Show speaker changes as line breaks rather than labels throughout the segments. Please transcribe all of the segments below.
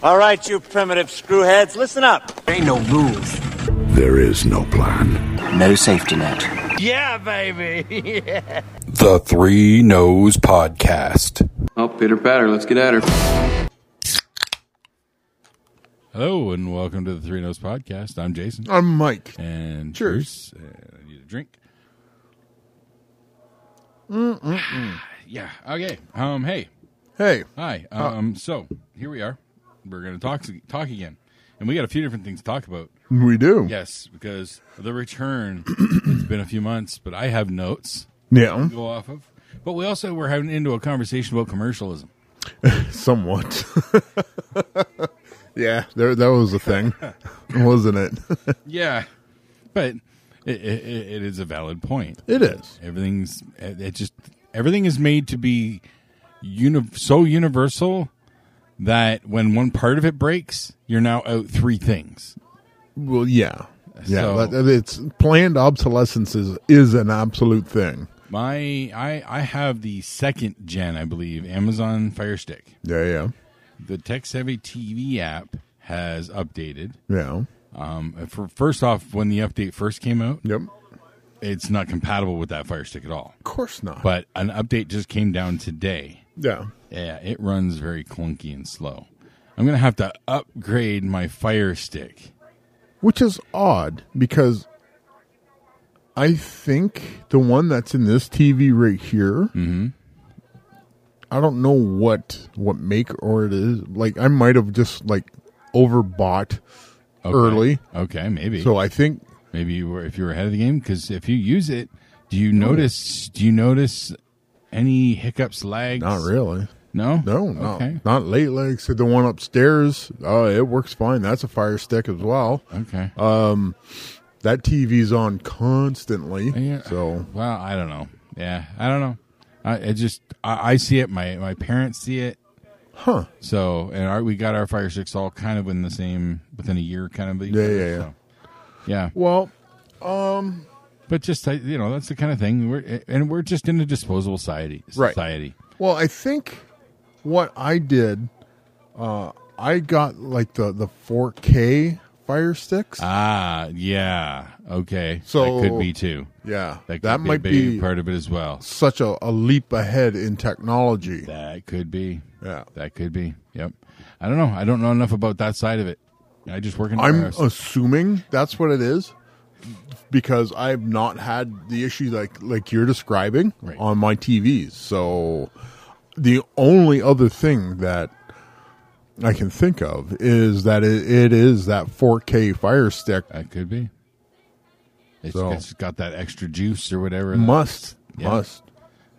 All right, you primitive screwheads, listen up.
Ain't no rules.
There is no plan.
No safety net.
Yeah, baby. yeah.
The Three Nose Podcast.
Oh, Peter Patter, let's get at her.
Hello and welcome to the Three Nose Podcast. I'm Jason.
I'm Mike.
And
Cheers.
cheers. And I need a drink.
Mm-mm-mm.
Yeah. Okay. Um. Hey.
Hey.
Hi. Um. so here we are. We're gonna talk talk again, and we got a few different things to talk about.
We do.
Yes, because the return. it's been a few months, but I have notes.
Yeah.
To go off of. But we also were having into a conversation about commercialism.
Somewhat. yeah, there that was a thing, wasn't it?
Yeah, but it, it, it is a valid point.
It is.
Everything's it just everything is made to be uni- so universal that when one part of it breaks, you're now out three things.
well, yeah. Yeah,
So-
but it's planned obsolescence is, is an absolute thing.
My I I have the second gen, I believe, Amazon Fire Stick.
Yeah, yeah.
The tech savvy TV app has updated.
Yeah.
Um, for first off, when the update first came out,
yep,
it's not compatible with that Fire Stick at all.
Of course not.
But an update just came down today.
Yeah.
Yeah, it runs very clunky and slow. I'm gonna have to upgrade my Fire Stick.
Which is odd because I think the one that's in this TV right here.
Mm-hmm.
I don't know what what make or it is. Like I might have just like overbought
Okay.
early.
Okay, maybe.
So I think
maybe you were, if you were ahead of the game, because if you use it, do you notice? Do you notice any hiccups, lags?
not really.
No.
No, not
Okay.
not late legs. The one upstairs, uh, it works fine. That's a fire stick as well.
Okay.
Um, that TV's on constantly.
Yeah.
So
Well, I don't know. Yeah, I don't know. I it just I, I see it. My my parents see it.
Huh.
So and our, we got our Fire Sticks all kind of in the same within a year, kind of.
Yeah, yeah, yeah.
So, yeah.
Well, um,
but just I- you know that's the kind of thing we're and we're just in a disposable society.
Right.
Society.
Well, I think what I did, uh, I got like the the 4K fire sticks.
Ah, yeah. Okay.
So-
that could be too.
Yeah,
That, could
that
be a
might
big
be-
part of it as well.
Such a, a leap ahead in technology.
That could be.
Yeah.
That could be. Yep. I don't know. I don't know enough about that side of it. I just work in. a
I'm
warehouse.
assuming that's what it is because I've not had the issue like like you're describing on my TVs. So the only other thing that I can think of is that it, it is that 4K Fire Stick.
That could be. It's,
So-
it's got that extra juice or whatever.
Must. Must.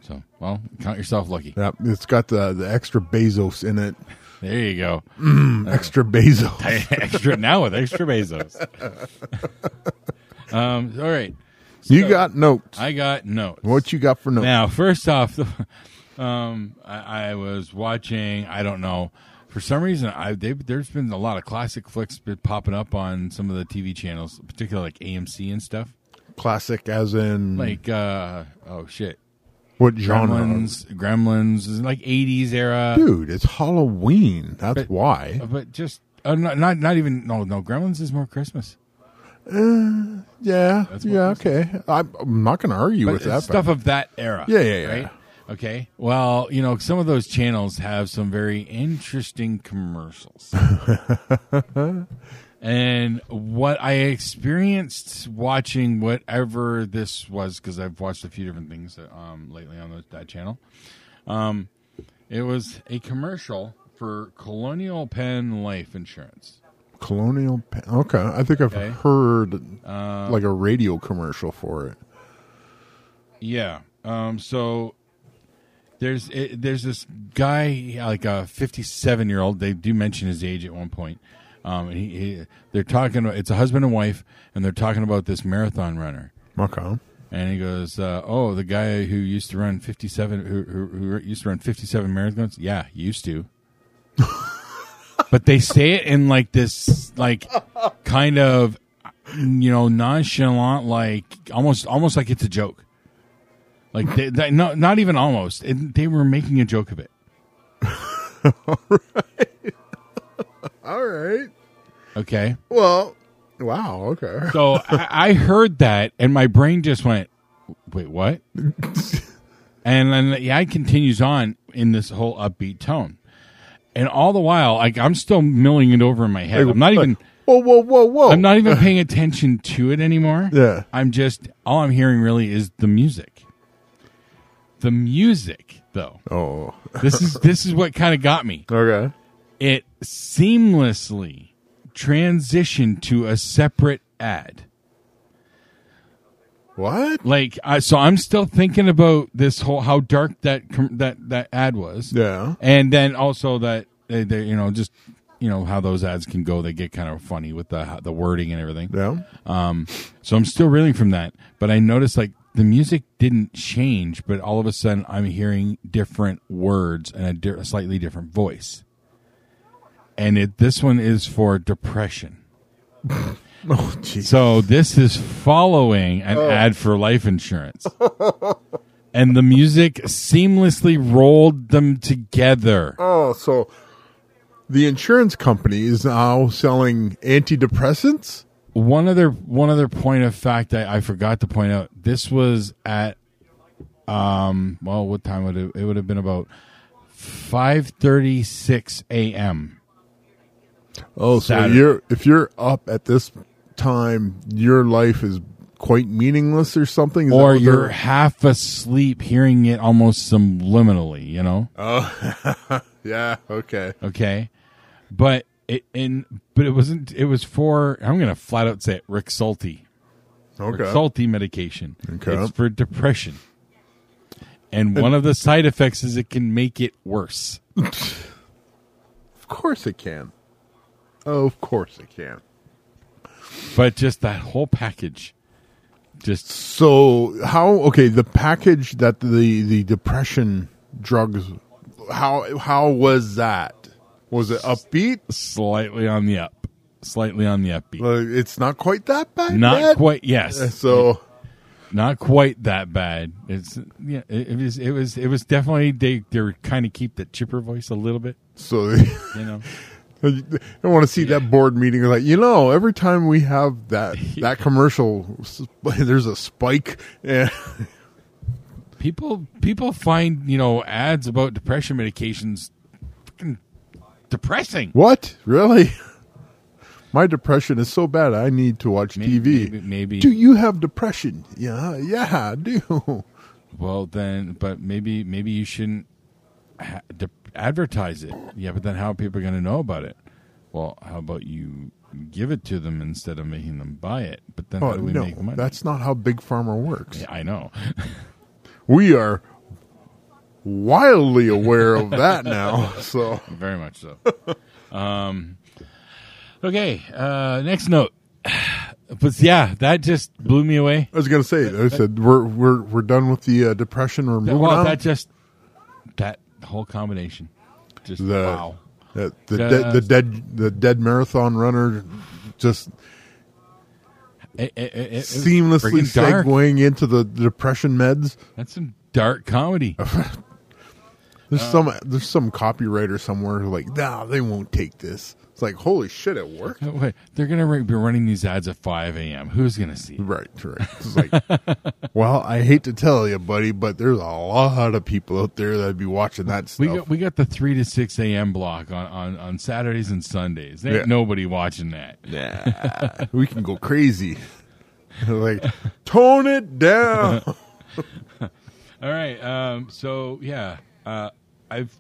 So, well, count yourself lucky.
Yep, it's got the the extra Bezos in it.
There you go.
Mm, extra Bezos.
extra now with extra Bezos. um, all right.
You
So,
got notes.
I got notes.
What you got for notes?
Now, first off, um, I, I was watching. I don't know. For some reason, I they, there's been a lot of classic flicks been popping up on some of the TV channels, particularly like AMC and stuff.
Classic, as in
Like, uh, oh shit,
what genre?
Gremlins, Gremlins, is like '80s era,
Dude, it's Halloween. That's why.
But just uh, not, not not even no no Gremlins is more Christmas.
Uh, yeah, yeah, okay. I'm, I'm not going to argue
But
with
it's
that.
stuff
but-
of that era.
Yeah, yeah, yeah.
Right? Okay. Well, you know, some of those channels have some very interesting commercials. and what I experienced watching whatever this was, because I've watched a few different things um, lately on those, that channel, um, it was a commercial for Colonial Penn Life Insurance.
Colonial. Pen- Okay, I think I've
Okay.
heard
Um,
like a radio commercial for it.
Yeah. Um. So there's it, there's this guy like a 57 year old. They do mention his age at one point. Um. And he, he they're talking. It's a husband and wife, and they're talking about this marathon runner.
Okay.
And he goes, uh, "Oh, the guy who used to run 57, who, who, who used to run 57 marathons. Yeah, used to." but they say it in like this, like kind of, you know, nonchalant, like almost, almost like it's a joke. Like they, they, no, not even almost. It, they were making a joke of it. Okay.
Well, wow. Okay.
So I, I heard that, and my brain just went, "Wait, what?" and then the ad continues on in this whole upbeat tone, and all the while, like I'm still milling it over in my head. I'm not even.
Whoa, whoa, whoa, whoa.
I'm not even paying attention to it anymore.
Oh. Yeah.
I'm just all I'm hearing really is the music. The music, though.
Oh.
This is this is what kind of got me.
Okay.
It seamlessly transitioned to a separate ad.
What?
Like I, so I'm still thinking about this whole how dark that com- that that ad was.
Yeah.
And then also that they, they you know just you know how those ads can go they get kind of funny with the the wording and everything.
Yeah.
Um, so I'm still reeling from that, but I noticed like the music didn't change, but all of a sudden I'm hearing different words and a, di- a slightly different voice. And it, this one is for depression.
Oh, jeez.
So this is following an
Oh.
ad for life insurance. and the music seamlessly rolled them together.
Oh, so the insurance company is now selling antidepressants?
one other one other point of fact I, I forgot to point out. This was at um well what time would it it would have been about five thirty six AM.
Oh, so
Saturday.
you're if you're up at this time, your life is quite meaningless or something? Is that
Or
what
you're
they're-
half asleep hearing it almost subliminally, you know?
Yeah, okay.
Okay. But it and but it wasn't it was for I'm gonna flat out say it, Rick Salty.
Okay.
Salty medication.
Okay.
It's for depression. And one of the side effects is it can make it worse.
Of course it can. Of course it can.
but just that whole package just
So how okay, the package that the the depression drugs how how was that? Was it upbeat?
slightly on the up slightly on the upbeat
Like, it's not quite that bad.
not
yet?
quite yes
So
not quite that bad it's yeah it, it was it was it was definitely they they were kind of keep the chipper voice a little bit
so
you know
I want to see that board meeting. Like you know, every time we have that that commercial, s- there's a spike. And
people people find you know ads about depression medications fucking depressing
what really? My depression is so bad. I need to watch
Maybe-
TV.
maybe- maybe-
Do you have depression? Yeah, yeah, I do.
well then but maybe maybe you shouldn't ha- de- advertise it yeah but then how are people going to know about it well how about you give it to them instead of making them buy it but then
Oh
how do we
no,
make money
that's not how Big Farmer works.
Yeah, i know
We are wildly aware of that now. So
very much so um okay uh next note but yeah that just blew me away
I was gonna say, I said we're we're we're done with the uh, depression. We're moving
well
on.
that just that whole combination just
the
wow
the the,
The-
dead the dead the dead marathon runner just
It- it- it- it was
seamlessly
friggin' dark.
segueing into the depression meds.
that's some dark comedy
There's
Uh.
some there's some copywriter somewhere who's like, nah, they won't take this. It's like, holy shit, it worked.
Oh, wait, they're gonna re- be running these ads at 5 a.m. Who's gonna see? it?
Right, right. It's like, well, I hate to tell you, buddy, but there's a lot of people out there that'd be watching that
We
stuff.
got we got the three to six a.m. block on, on, on Saturdays and Sundays. There ain't
Yeah.
nobody watching that.
nah, we can go crazy. like, tone it down.
All right. Um. So yeah. Uh. I've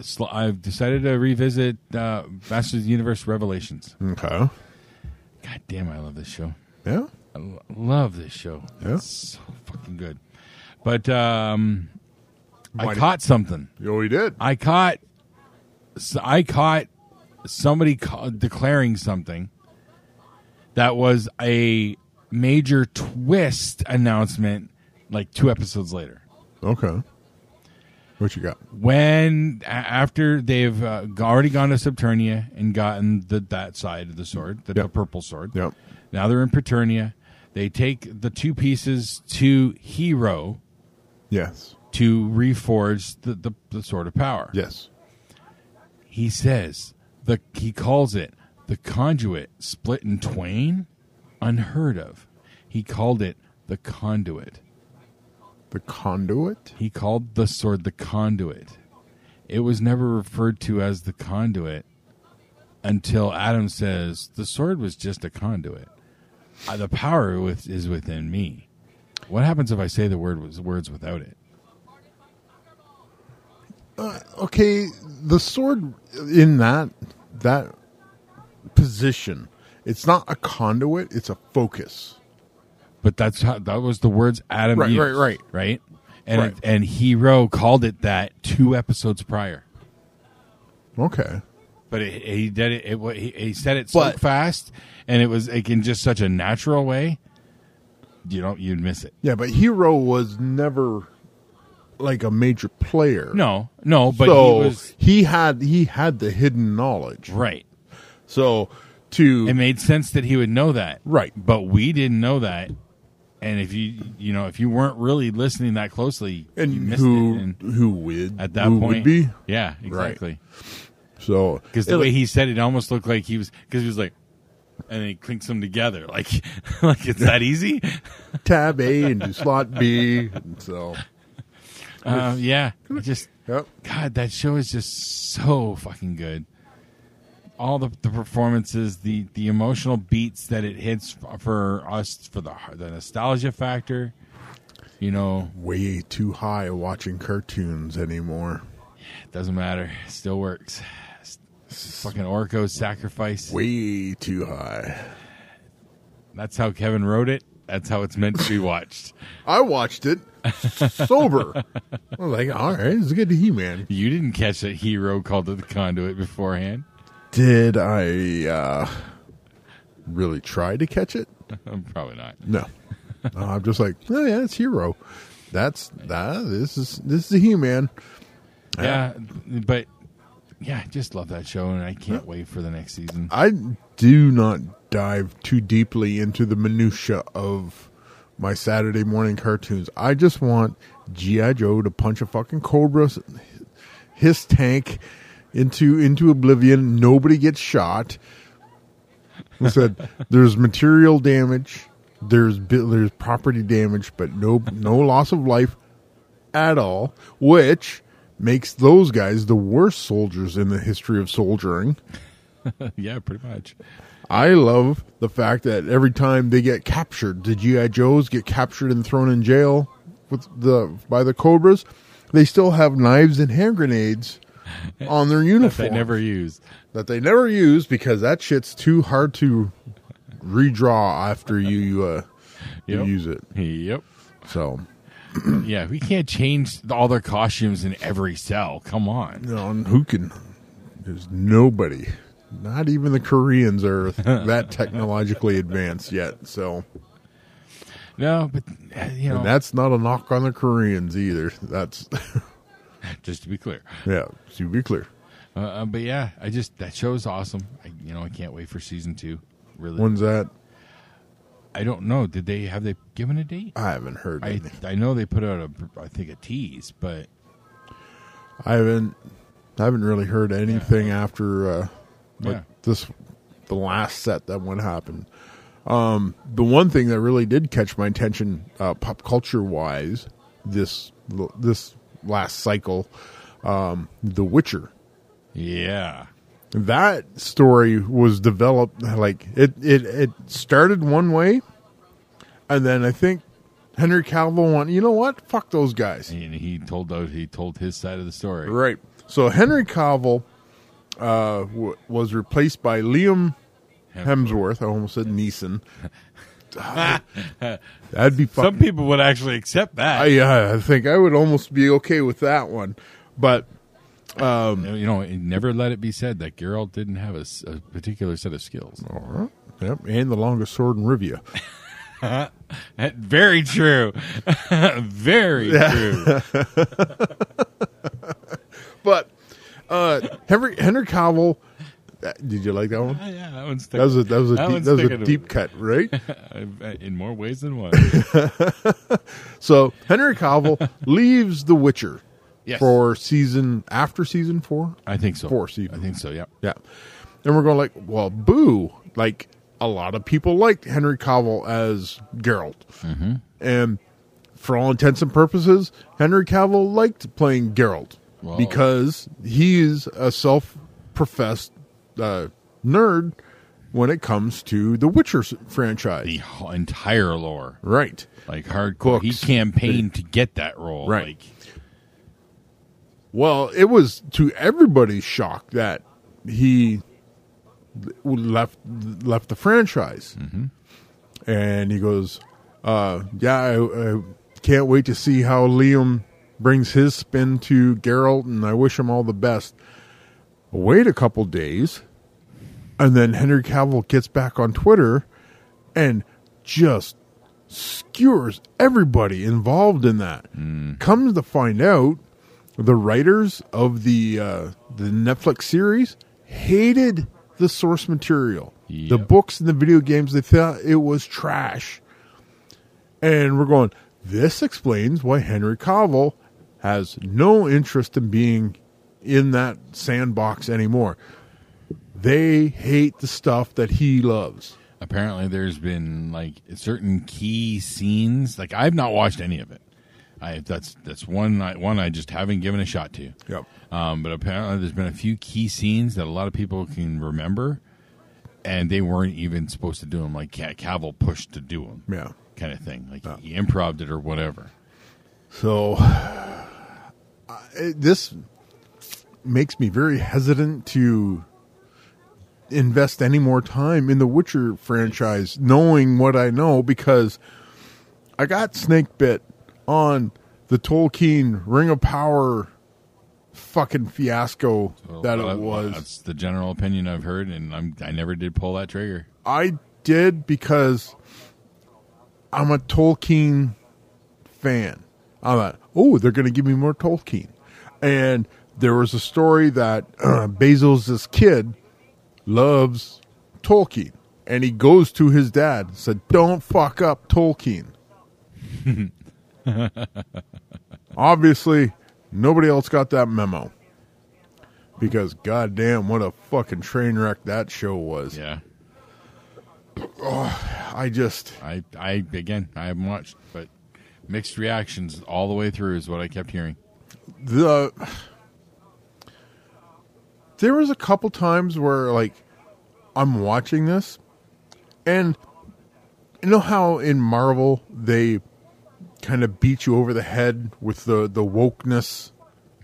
sl- I've decided to revisit uh, Masters of the Universe Revelations.
okay.
God damn, I love this show.
Yeah.
I lo- love this show.
Yeah.
It's so fucking good. But um, I
Mighty-
caught something.
Oh, we did.
I caught, s- I caught somebody ca- declaring something that was a major twist announcement, like two episodes later.
Okay. What you got?
When a- after they've uh, g- already gone to Subternia and gotten the that side of the sword, the, the
Yep.
purple sword.
Yep.
Now they're in Paternia. They take the two pieces to Hero
Yes.
to reforge the, the, the sword of power.
Yes.
he says the he calls it The conduit split in twain? Unheard of. He called it the conduit.
The conduit?
He called the sword the conduit. It was never referred to as the conduit until Adam says the sword was just a conduit. Uh, the power with, is within me. What happens if I say the word was words without it?
Okay, the sword in that that position. It's not a conduit, it's a focus.
But that's how that was the words Adam
Right,
used,
right, right.
right. And
Right.
and Hero called it that two episodes prior.
Okay.
But it, he did it. it wa- he, he said it so
But-
fast, and it was like in just such a natural way. You don't you'd miss it.
Yeah, but Hero was never like a major player.
No, no. But
so
he was
he had he had the hidden knowledge.
right.
So to
It made sense that he would know that,
Right.
But we didn't know that. And if you you know if you weren't really listening that closely, you
and
missed
who
it. And
who would
at that
who
point,
would be
yeah, exactly.
so
Because the way he said it almost looked like he was because he was like, and then he clinks them together like like it's that easy.
tab A into slot B. and So
Uh, yeah, I just
yep.
God, that show is just so fucking good. All the, the performances, the, the emotional beats that it hits f- for us, for the the nostalgia factor, you know,
way too high watching cartoons anymore.
it doesn't matter, It still works. S- Fucking Orko's sacrifice.
Way too high.
That's how Kevin wrote it. That's how it's meant to be watched.
I watched it sober. I was like, all right, it's good to He Man.
you didn't catch that hero called it the conduit beforehand.
Did I uh, really try to catch it?
Probably not.
No. Uh, I'm just like, oh yeah, it's Hero. That's that. This is this is He Man.
Yeah, but yeah, I just love that show, and I can't wait for the next season.
I do not dive too deeply into the minutia of my Saturday morning cartoons. I just want GI Joe to punch a fucking cobra, s- his tank into into oblivion. Nobody gets shot. I said there's material damage, there's bi- there's property damage, but no no loss of life at all, which makes those guys the worst soldiers in the history of soldiering.
yeah, pretty much.
I love the fact that every time they get captured, the GI Joes get captured and thrown in jail with the by the Cobras. They still have knives and hand grenades on their uniform
They never use.
that they never use because that shit's too hard to redraw after you, you, uh, you
Yep.
use it.
Yep.
So
Yeah, we can't change all their costumes in every cell. Come on.
you know, and who can? There's nobody. Not even the Koreans are that technologically advanced yet. So.
No, but uh, you know,
And that's not a knock on the Koreans either. That's
just to be clear.
yeah. To be clear,
Uh, uh, but yeah, I just that show is awesome. I, you know, I can't wait for season two. Really,
when's that?
I don't know. Did they have they given a date?
I haven't heard.
I
anything.
I know they put out a I think a tease, but
I haven't. I haven't really heard anything after uh, like
Yeah.
this. The last set that one happened. Um, the one thing that really did catch my attention, uh, pop culture wise, this this last cycle, um, The Witcher.
yeah,
that story was developed like it it it started one way and then i think henry cavill went you know what fuck those guys
and he told those he told his side of the story.
right so henry cavill uh w- was replaced by liam hemsworth i almost said neeson that'd be fucking
Some people would actually accept that.
I, uh, I think i would almost be okay with that one but
you know, and never let it be said that Geralt didn't have a, s- a particular set of skills.
yep and the longest sword in rivia
That- Very true. Very true.
But uh, Henry Henry Cavill. that- Did you like that one?
yeah, that one's
That was a that was a
That
deep,
one's
that was a
sticking
deep
with
cut, right?
in more ways than one.
so Henry Cavill leaves The Witcher
Yes.
for season after season four.
I think so.
Four season.
I think so. Yeah.
Yeah. And we're going like, well, boo. Like a lot of people liked Henry Cavill as Geralt. Mm-hmm. And for all intents and purposes, Henry Cavill liked playing Geralt
Whoa.
because he is a self-professed uh, nerd when it comes to the Witcher s- franchise.
The ho- entire lore,
Right.
like hardcore.
Books.
He campaigned to get that role.
Right.
Like,
Well, it was to everybody's shock that he left left the franchise, and he goes, uh, "Yeah, I, I can't wait to see how Liam brings his spin to Geralt, and I wish him all the best." Wait a couple days, and then Henry Cavill gets back on Twitter and just skewers everybody involved in that. Comes to find out, the writers of the uh, the Netflix series hated the source material, the
Yep.
books and the video games. They thought it was trash, and we're going. This explains why Henry Cavill has no interest in being in that sandbox anymore. They hate the stuff that he loves.
apparently there's been like certain key scenes like i've not watched any of it i that's that's one i one i just haven't given a shot to
Yep.
um, but apparently there's been a few key scenes that a lot of people can remember and they weren't even supposed to do them like Ca- cavill pushed to do them
Yeah.
kind of thing like he improved it or whatever
So I- this makes me very hesitant to invest any more time in the Witcher franchise, knowing what I know, because I got snake bit on the Tolkien Ring of Power fucking fiasco that
Oh, Well,
it was.
that's the general opinion i've heard and i'm i never did pull that trigger
I did because I'm a Tolkien fan. I'm like, oh, they're going to give me more Tolkien. And there was a story that Basil's this kid loves Tolkien, and he goes to his dad and said, "Don't fuck up Tolkien." Obviously, nobody else got that memo because goddamn, what a fucking train wreck that show was.
yeah
I just
i i again i haven't watched but mixed reactions all the way through is what i kept hearing
the there was a couple times where like I'm watching this and you know how in Marvel they kind of beat you over the head with the the wokeness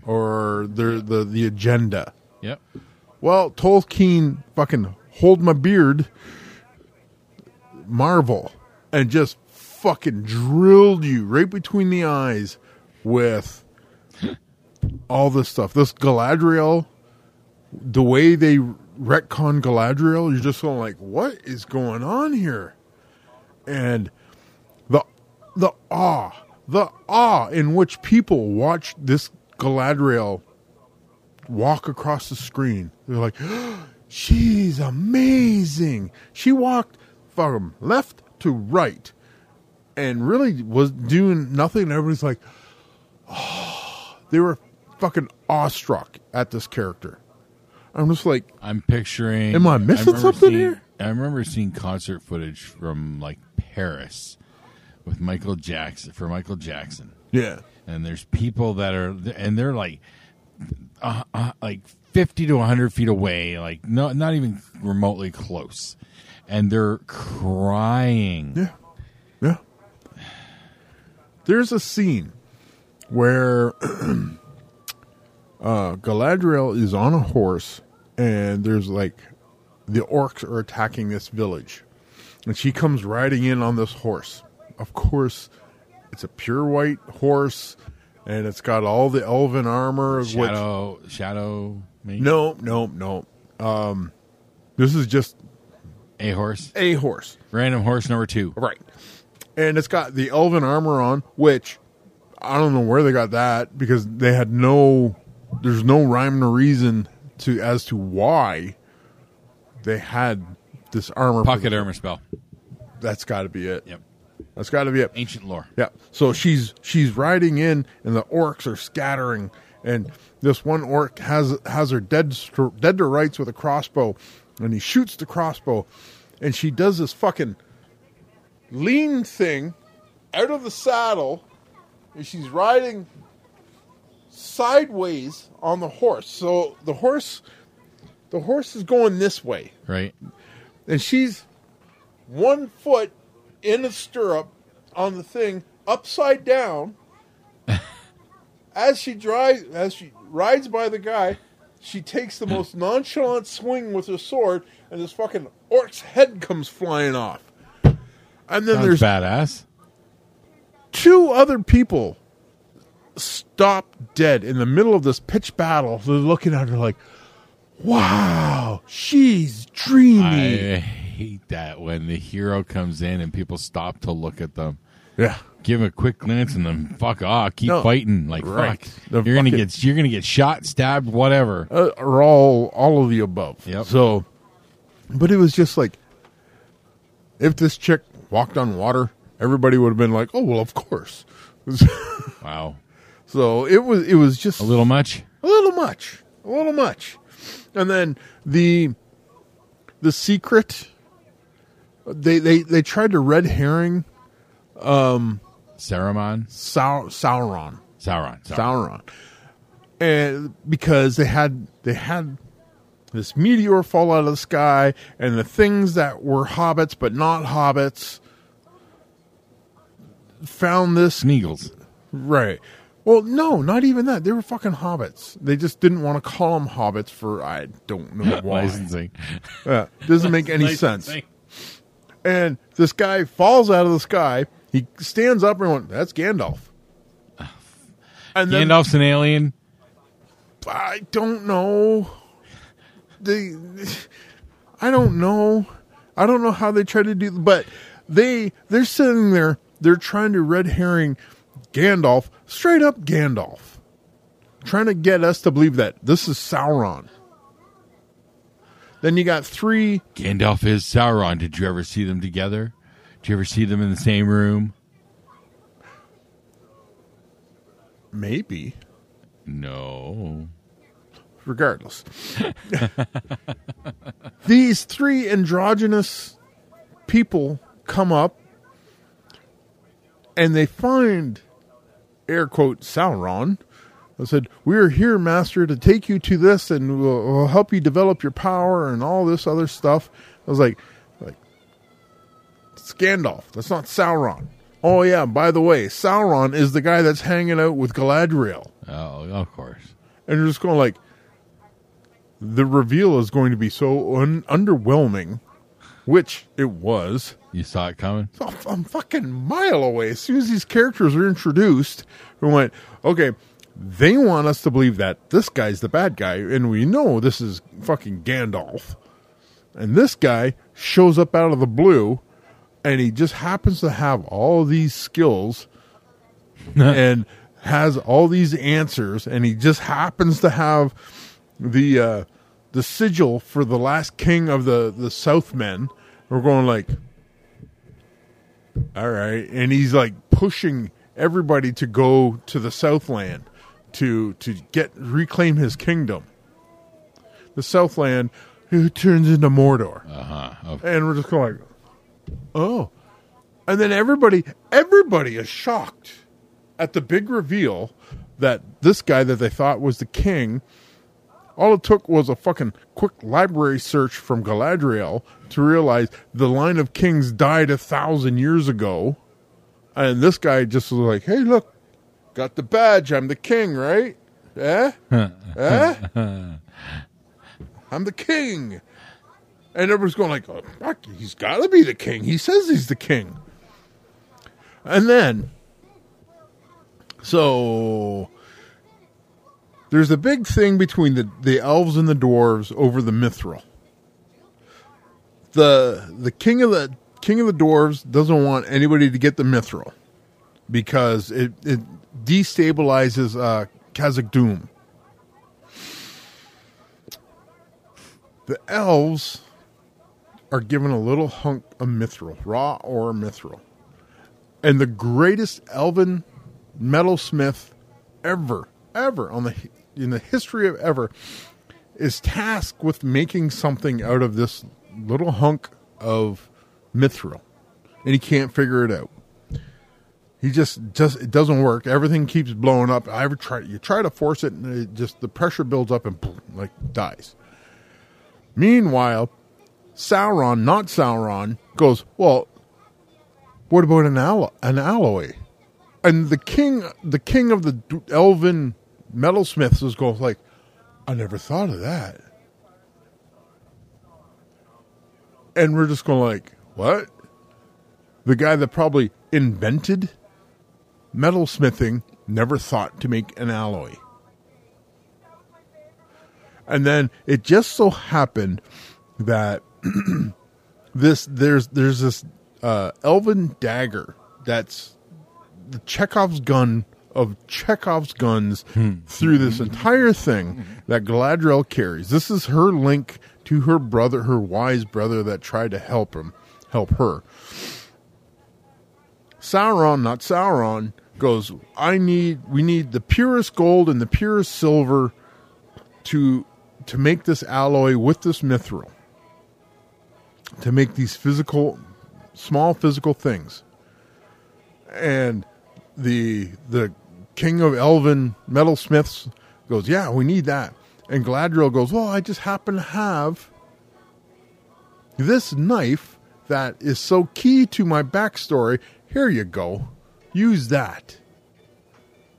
or the the, the agenda.
yep
Well, Tolkien fucking hold my beard Marvel and just fucking drilled you right between the eyes with all this stuff. This Galadriel, the way they retcon Galadriel, you're just going like, what is going on here? And the the awe, the awe in which people watch this Galadriel walk across the screen. They're like, she's amazing. She walked from left to right and really was doing nothing. And everybody's like, oh, they were fucking awestruck at this character. I'm just like,
I'm picturing.
Am I missing
remember
something
seeing-
here?
I remember seeing concert footage from like Paris with Michael Jackson for Michael Jackson,
yeah.
and there's people that are and they're like, uh, uh, like fifty to hundred feet away, like no, not even remotely close, and they're crying.
Yeah. Yeah. There's a scene where uh, Galadriel is on a horse, and there's like the orcs are attacking this village. And she comes riding in on this horse. Of course, it's a pure white horse, and it's got all the elven armor. of which-
Shadow, shadow, me?
No, no, no. Um, this is just
a horse,
a horse.
random horse number two.
Right. And it's got the elven armor on, which I don't know where they got that because they had no there's no rhyme or reason to as to why they had this armor.
Pocket armor spell.
That's got to be it.
Yep.
That's got to be it.
Ancient lore.
Yeah. So she's she's riding in, and the orcs are scattering, and this one orc has has her dead str- dead to rights with a crossbow, and he shoots the crossbow, and she does this fucking lean thing out of the saddle, and she's riding sideways on the horse. So the horse, the horse is going this way,
right?
and she's one foot in a stirrup on the thing upside down as she drives as she rides by the guy she takes the most nonchalant swing with her sword and this fucking orc's head comes flying off and then
Sounds
there's
badass.
two other people stop dead in the middle of this pitch battle they're looking at her like wow she's dreamy
I hate that when the hero comes in and people stop to look at them.
yeah
Give a quick glance and then fuck off. Keep
No,
fighting. Like
right.
fuck.
The
you're gonna
fucking-
get you're gonna get shot, stabbed, whatever.
uh, are all all of the above.
Yep.
So, but it was just like if this chick walked on water, everybody would have been like, "Oh well, of course."
Wow.
so it was it was just
A little much?
a little much, a little much, and then the the secret. They they they tried to red herring
Saruman?
Sau- Sauron.
Sauron. Sauron.
Sauron, and because they had they had this meteor fall out of the sky, and the things that were hobbits but not hobbits found this
Smeagol's.
right. Well, no, not even that. They were fucking hobbits. They just didn't want to call them hobbits for I don't know why.
Licensing.
Yeah, doesn't make any sense.
Licensing.
And this guy falls out of the sky. He stands up and went, "That's Gandalf." And then-
Gandalf's an alien.
I don't know. They, I don't know. I don't know how they try to do, but they they're sitting there. They're trying to red herring Gandalf, straight up Gandalf, trying to get us to believe that this is Sauron. Then you got three.
Gandalf is Sauron. Did you ever see them together? Did you ever see them in the same room?
Maybe
No.
regardless. These three androgynous people come up and they find air quote Sauron. I said, We are here, Master, to take you to this and we'll, we'll help you develop your power and all this other stuff. I was like, like it's Gandalf. That's not Sauron. Oh, yeah, by the way, Sauron is the guy that's hanging out with Galadriel
Oh, of course.
and you're just going like the reveal is going to be so un- underwhelming which it was
You saw it coming?
So I'm- i'm fucking mile away as soon as these characters are introduced we went okay they want us to believe that this guy's the bad guy and we know this is fucking gandalf and this guy shows up out of the blue and he just happens to have all these skills and has all these answers and he just happens to have the uh the sigil for the last king of the the southmen we're going like all right and he's like pushing everybody to go to the southland to to get reclaim his kingdom the southland who turns into mordor
Uh-huh.
and we're just going like, oh. And then everybody, everybody is shocked at the big reveal that this guy that they thought was the king, all it took was a fucking quick library search from Galadriel to realize the line of kings died a thousand years ago. And this guy just was like, hey, look, got the badge. I'm the king, right? Eh? eh? I'm the king. And everyone's going like, oh, fuck, he's got to be the king. He says he's the king. And then, so there's a big thing between the, the elves and the dwarves over the mithril. The the king of the king of the dwarves doesn't want anybody to get the mithril because it, it destabilizes uh, Kazakh Doom. The elves are given a little hunk of mithril, raw or mithril. And the greatest elven metalsmith ever ever on the in the history of ever is tasked with making something out of this little hunk of mithril, and he can't figure it out. He just just it doesn't work. Everything keeps blowing up. I ever try you try to force it, and it just the pressure builds up and boom, like dies. Meanwhile, Sauron, not Sauron, goes well. What about an allo- an alloy? And the king, the king of the d- elven metalsmiths, is going like, I never thought of that. And we're just going like, what? The guy that probably invented metalsmithing never thought to make an alloy. And then it just so happened that this there's there's this uh, elven dagger that's the Chekhov's gun of Chekhov's guns through this entire thing that Galadriel carries. This is her link to her brother, her wise brother that tried to help him, help her. Sauron, not Sauron, goes, I need we need the purest gold and the purest silver to to make this alloy with this mithril. To make these physical small physical things. And the the king of elven metalsmiths goes, Yeah, we need that. And Gladriel goes, Well, I just happen to have this knife that is so key to my backstory, here you go. Use that.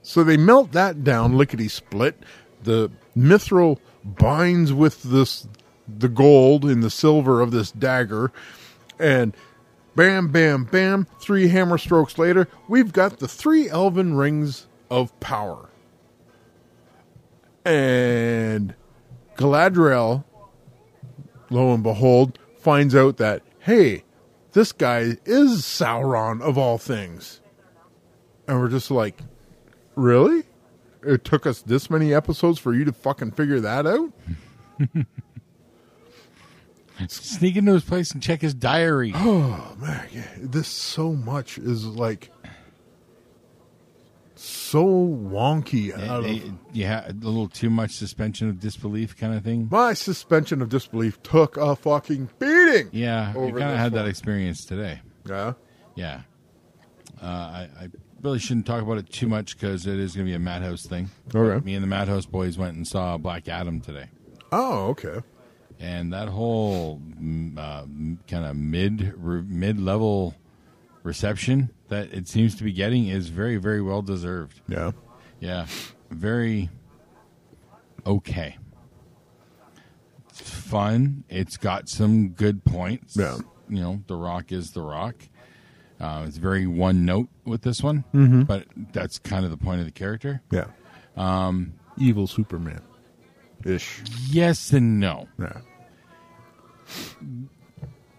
So they melt that down, lickety split. The mithril binds with this the gold and the silver of this dagger, and bam, bam, bam, three hammer strokes later, we've got the three elven rings of power. And Galadriel lo and behold, finds out that, hey, this guy is Sauron of all things. And we're just like, really? It took us this many episodes for you to fucking figure that out?
Sneak into his place and check his diary.
Oh, man, yeah, this so much is like so wonky. Out of,
yeah, a little too much suspension of disbelief kind of thing.
my suspension of disbelief took a fucking beating.
Yeah, we
Over
kind of
this
had that
one.
experience today.
Yeah.
Yeah, uh, I, I really shouldn't talk about it too much because it is going to be a madhouse thing.
Okay.
Me and the madhouse boys went and saw Black Adam today.
Oh, okay.
and that whole mm, uh, kind of mid re, mid level reception that it seems to be getting is very very well deserved.
Yeah.
Yeah, very okay. It's fun. It's got some good points.
Yeah.
you know, The Rock is The Rock. Uh, it's very one note with this one,
Mm-hmm.
but that's kind of the point of the character.
Yeah. Um, Evil Superman. Ish.
Yes and no.
Yeah.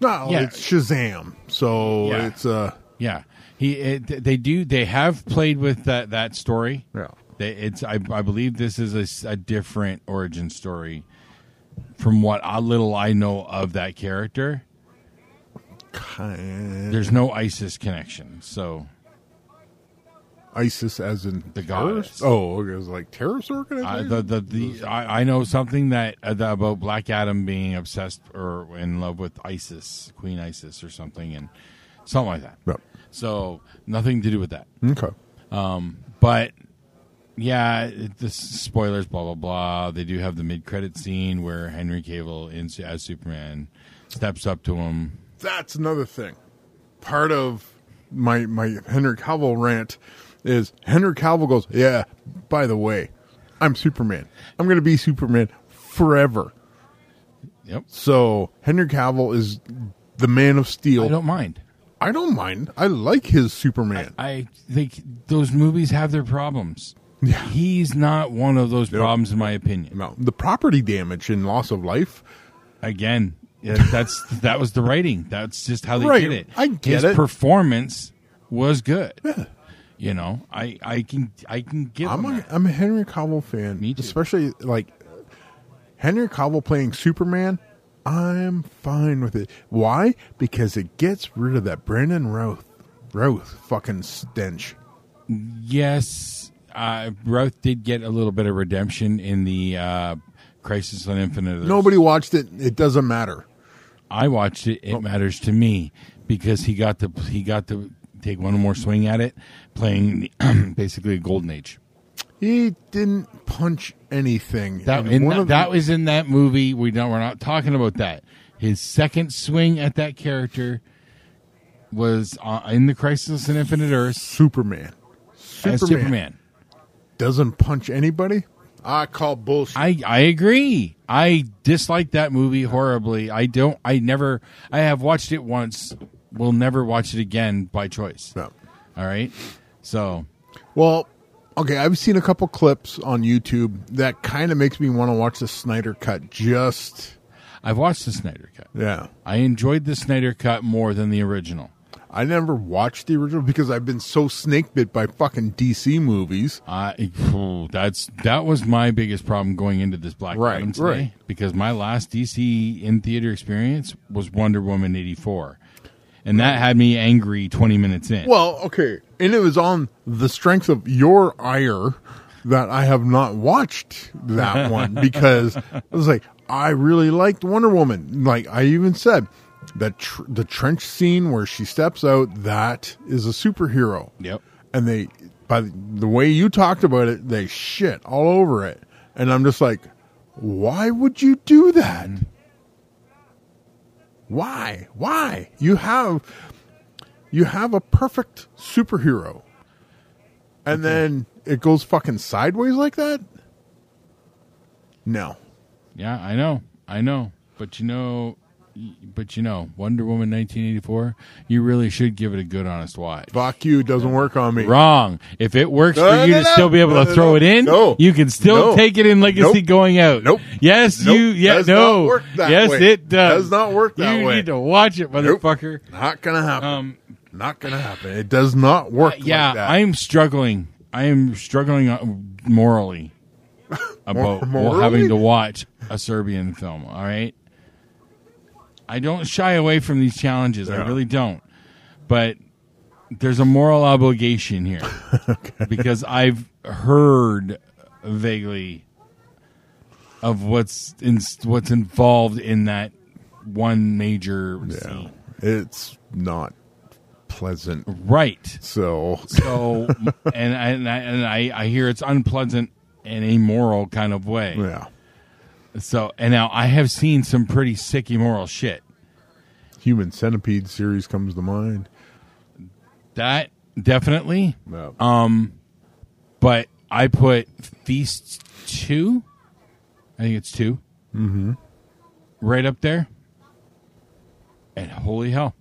No,
Yeah.
it's Shazam. So
Yeah.
it's uh
Yeah, he it, they do they have played with that that story.
Yeah.
they, it's I, I believe this is a s- a, different origin story from what a little I know of that character.
kind
There's no ISIS connection, so
ISIS as in
The
terrorist?
goddess.
Oh, okay, it's like terrorist
I,
organization.
the the, the I, I know something that, uh, that about Black Adam being obsessed or in love with ISIS, Queen ISIS, or something, and something like that.
Yep.
So nothing to do with that.
okay.
but yeah, it, the spoilers, blah blah blah. They do have the mid-credit scene where Henry Cavill in, as Superman steps up to him.
That's another thing. Part of my my Henry Cavill rant is Henry Cavill goes, Yeah, by the way, I'm Superman. I'm gonna be Superman forever.
Yep,
So Henry Cavill is the man of steel.
I don't mind.
I don't mind. I like his Superman.
I think those movies have their problems.
Yeah.
He's not one of those problems, in my opinion.
no, the property damage and loss of life.
Again, yeah, that's that was the writing. That's just how they
Right,
did it.
I get
His
it.
performance was good. You know, I I can I can give
I'm
him
a,
that.
I'm a Henry Cavill fan,
Me too.
especially like Henry Cavill playing Superman. I'm fine with it. Why? Because it gets rid of that Brandon Routh, Routh fucking stench.
Yes, uh, Ruth did get a little bit of redemption in the uh, Crisis on Infinite. Earths.
Nobody watched it. It doesn't matter.
I watched it.
Oh.
It matters to me because he got to he got to take one more swing at it, playing basically a golden age.
He didn't punch anything.
That
And
in
one
that,
of
that
the-
was in that movie. We don't. We're not talking about that. His second swing at that character was uh, in the Crisis on Infinite Earths
Superman. Superman,
as Superman.
doesn't punch anybody. I call bullshit.
I I agree. I dislike that movie horribly. I don't. I never. I have watched it once. Will never watch it again by choice.
No.
All right. So
Well, okay, I've seen a couple clips on YouTube that kind of makes me want to watch the Snyder cut. Just
I've watched the Snyder Cut.
yeah,
I enjoyed the Snyder Cut more than the original.
I never watched the original because I've been so snake bit by fucking DC movies.
I phew, that's that was my biggest problem going into this Black
Right,
Adam today
right.
because my last DC in theater experience was Wonder Woman eighty four, and that had me angry twenty minutes in.
Well, okay, and it was on the strength of your ire that I have not watched that one because I was like, I really liked Wonder Woman. Like I even said, that tr- the trench scene where she steps out, that is a superhero.
Yep.
and they by the- the way you talked about it they shit all over it and i'm just like why would you do that why why you have you have a perfect superhero and then it goes fucking sideways like that no
Yeah, I know, I know, but you know, but you know, Wonder Woman nineteen eighty four. You really should give it a good honest watch.
fuck you doesn't work on me
Wrong. If it works
No,
for you
no,
to
no.
still be able
No,
to
no,
throw
no.
it in,
No.
you can still
No.
take it in legacy
Nope.
going out.
Nope.
Yes,
Nope.
you. Yeah,
Does
no.
not work that
yes,
way.
it does.
Does not work that
you
way.
need to watch it, motherfucker.
not gonna happen
Um,
not gonna happen it does not work
yeah,
like that.
I am struggling. I am struggling uh, morally about
Morally?
having to watch a Serbian film. All right, I don't shy away from these challenges. I
Yeah.
really don't. But there's a moral obligation here because I've heard vaguely of what's in, what's involved in that one major
Yeah.
scene.
It's not pleasant.
Right.
So
So, and I, and I and I I hear it's unpleasant in a moral kind of way.
yeah,
So, and now I have seen some pretty sick immoral shit.
Human Centipede series comes to mind.
That definitely,
No.
but I put Feast two. I think it's 2 Mm-hmm. Right up there. And holy hell,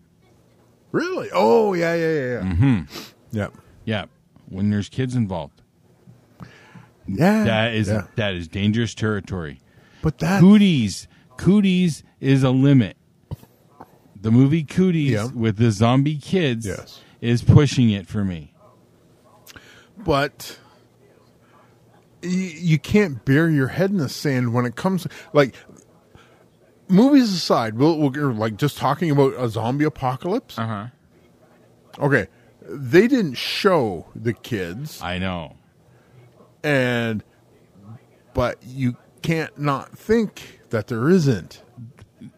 really? Oh yeah, yeah, yeah, yeah. Mm-hmm. Yep.
yeah. When there's kids involved,
Yeah.
that is
yeah.
that is dangerous territory.
But that
Cooties. Cooties is a limit. The movie Cooties
Yeah.
with the zombie kids
Yes.
is pushing it for me.
but you, you can't bury your head in the sand when it comes like movies aside we'll, we're like just talking about a zombie apocalypse
huh.
okay they didn't show the kids
I know.
and but you can't not think that there isn't.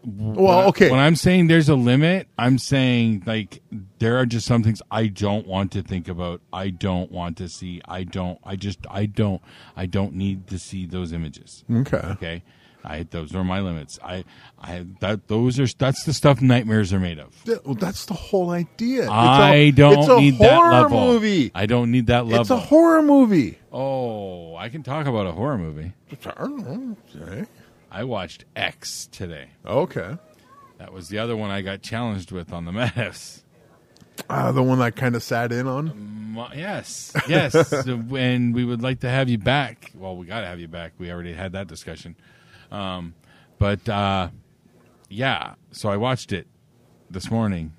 Well, okay,
When I'm saying there's a limit, I'm saying like there are just some things I don't want to think about. I don't want to see. I don't. I just. I don't. I don't need to see those images.
okay,
Okay. I those are my limits. I. I that those are that's the stuff nightmares are made of.
Th- well, that's the whole idea.
I
it's a,
don't
it's a
need
horror
that level.
Movie.
I don't need that level.
It's a horror movie.
oh, I can talk about a horror movie.
Okay.
I watched X today.
Okay.
That was the other one I got challenged with on the Mavs.
Uh, the one I kind of sat in on.
Mo- Yes, yes, and we would like to have you back. Well, we got to have you back. We already had that discussion, um, but uh, yeah. So I watched it this morning,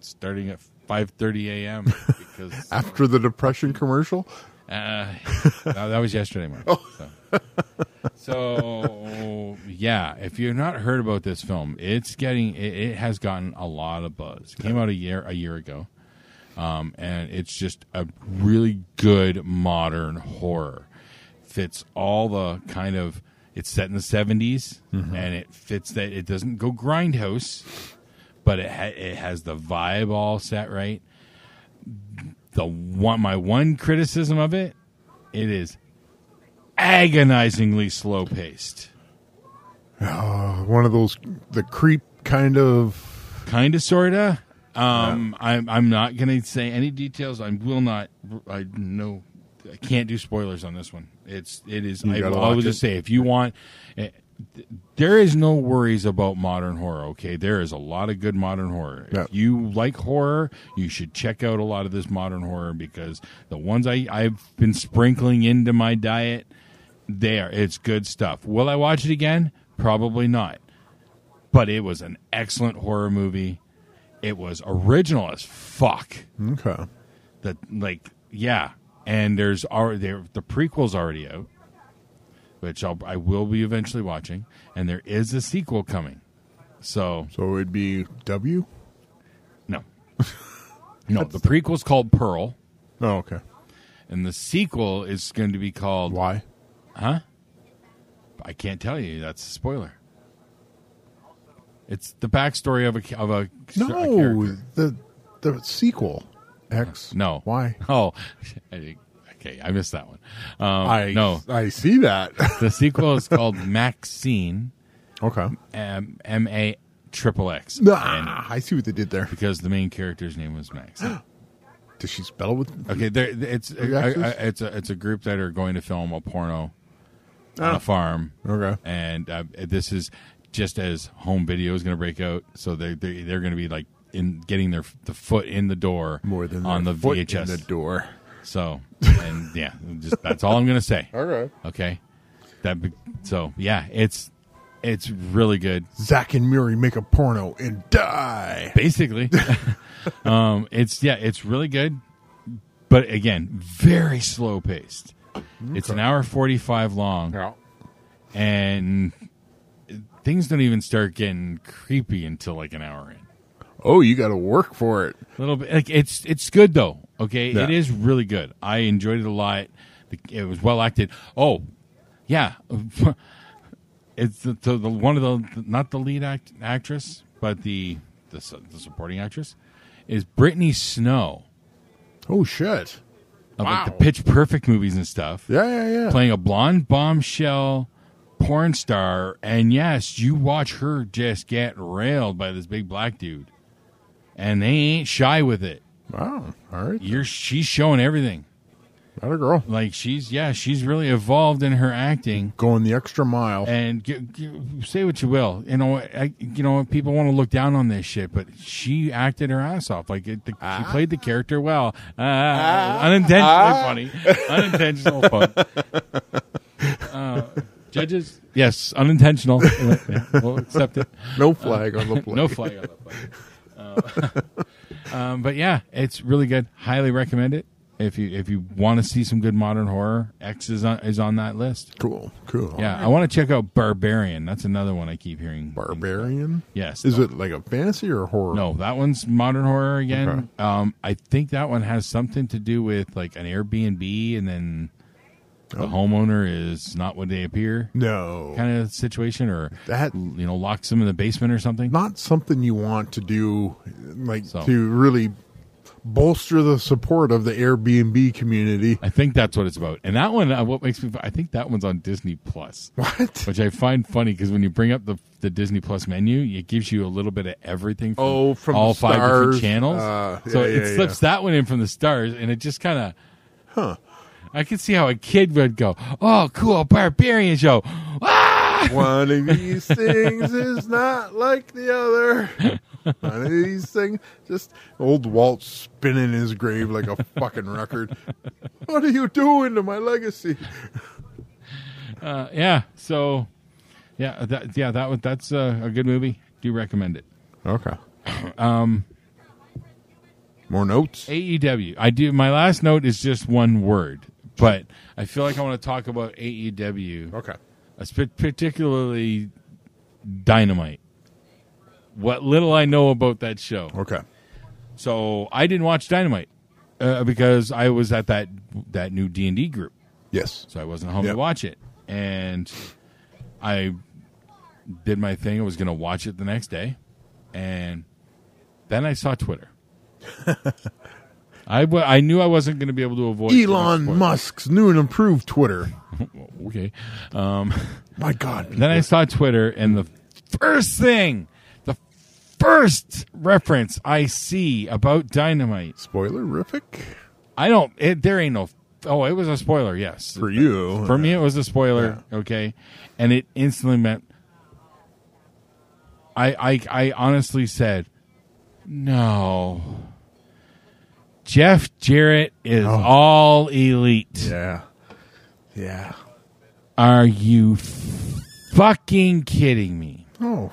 starting at five thirty a.m. because
After the depression commercial,
Uh, no, that was yesterday morning. So. so yeah, if you've not heard about this film, it's getting it, it has gotten a lot of buzz. It came out a year a year ago. um, and it's just a really good modern horror. Fits all the kind of it's set in the 70s and it fits that it doesn't go grindhouse, but it ha- it has the vibe all set right. The one my one criticism of it, it is agonizingly slow paced.
Uh, One of those the creep kind of
kind of sorta um i'm i'm not gonna say any details i will not i know i can't do spoilers on this one it's it is
You
i,
gotta
I will
watch
just
it.
say if you want eh, th- there is no worries about modern horror okay there is a lot of good modern horror
Yeah.
if you like horror you should check out a lot of this modern horror because the ones i i've been sprinkling into my diet there it's good stuff will i watch it again probably not but it was an excellent horror movie. It was original as fuck.
okay.
That like yeah, and there's already there, the prequel's already out, which I'll, I will be eventually watching, and there is a sequel coming. So
So it'd be W.
no, no, the prequel's called Pearl,
Oh, okay.
and the sequel is going to be called
Why?
I can't tell you. That's a spoiler. It's the backstory of a of a a character.
No, the the sequel. X.
No.
Why?
Oh, I think- okay. I missed that one. Um,
I
no.
I see that.
The sequel is called Maxine,
okay.
M A Triple X,
Ah, I see what they did there.
because the main character's name was Max.
Does she spell with?
Okay, there it's I, I,
Maxes?
it's a it's a group that are going to film a porno
Ah.
on a farm.
Okay.
and uh, this is just as home video is going to break out, so they they they're going to be like in getting their the foot in the door
More than
on the
their foot
VHS
in the door.
So, and yeah, just that's all I'm gonna say.
All right.
Okay. That be, so yeah, it's it's really good.
Zach and Miri make a porno and die.
Basically, um, it's yeah, it's really good, but again, very slow paced. It's an hour forty five long, and things don't even start getting creepy until like an hour in.
Oh, you got to work for it.
A little bit. Like it's it's good though. Okay,
Yeah.
it is really good. I enjoyed it a lot. The- It was well acted. Oh, yeah. It's the, the, the one of the not the lead act, actress, but the, the su- the supporting actress is Brittany Snow
Oh shit.
of like the Pitch Perfect movies and stuff.
Yeah, yeah, yeah.
Playing a blonde bombshell porn star, and yes, you watch her just get railed by this big black dude, and they ain't shy with it.
Wow. All right.
You're she's showing everything.
Not a girl.
Like she's yeah, she's really evolved in her acting.
Going the extra mile.
And g- g- say what you will, you know, I, you know, people want to look down on this shit, but she acted her ass off. Like it, the, she played the character well. Uh, unintentionally funny, unintentional fun. Uh, judges, yes, unintentional. Yeah, we'll accept it.
no flag on the play.
No flag on the flag. Uh, um, but yeah, it's really good. Highly recommend it. If you if you want to see some good modern horror, X is on is on that list.
Cool. Cool.
Yeah, I want to check out Barbarian. That's another one I keep hearing.
Barbarian.
Yes.
Is it like a fantasy or horror?
No, that one's modern horror again. Um, I think that one has something to do with like an Airbnb, and then the homeowner is not what they appear,
Oh. No.
kind of situation, or
That-
you know locks them in the basement or something.
not something you want to do, like
So.
to really bolster the support of the Airbnb community.
I think that's what it's about. And that one, uh, what makes me, I think that one's on Disney Plus,
What?
which I find funny because when you bring up the the Disney Plus menu, it gives you a little bit of everything. From
Oh, from
all
the
five different
stars.
channels.
Uh, yeah,
so
yeah,
it slips that one in from the stars, and it just kind of, huh? I could see how a kid would go, "Oh, cool, barbarian show." Ah!
One of these things is not like the other. One of these things, just old Walt spinning his grave like a fucking record. What are you doing to my legacy?
Uh, yeah. So, yeah, that, yeah, that was that's uh, a good movie. Do recommend it.
Okay. Um. More notes.
AEW. E I do. My last note is just one word, but I feel like I want to talk about AEW,
Okay.
uh, sp- particularly Dynamite. What little I know about that show.
Okay.
So I didn't watch Dynamite uh, because I was at that that new D and D group,
Yes.
so I wasn't home
Yep.
to watch it. And I did my thing. I was going to watch it the next day, and then I saw Twitter. I wa- I knew I wasn't going to be able to avoid Twitter
Elon
spoilers.
Musk's new and improved Twitter.
Okay. Um,
My God.
then I saw Twitter, and the first thing, the first reference I see about Dynamite,
Spoilerific
I don't. It, there ain't no. Oh, it was a spoiler. Yes,
for you.
for me, it was a spoiler. Okay, and it instantly meant. I I I honestly said, no. Jeff Jarrett is all elite.
Yeah. Yeah.
Are you fucking kidding me?
Oh.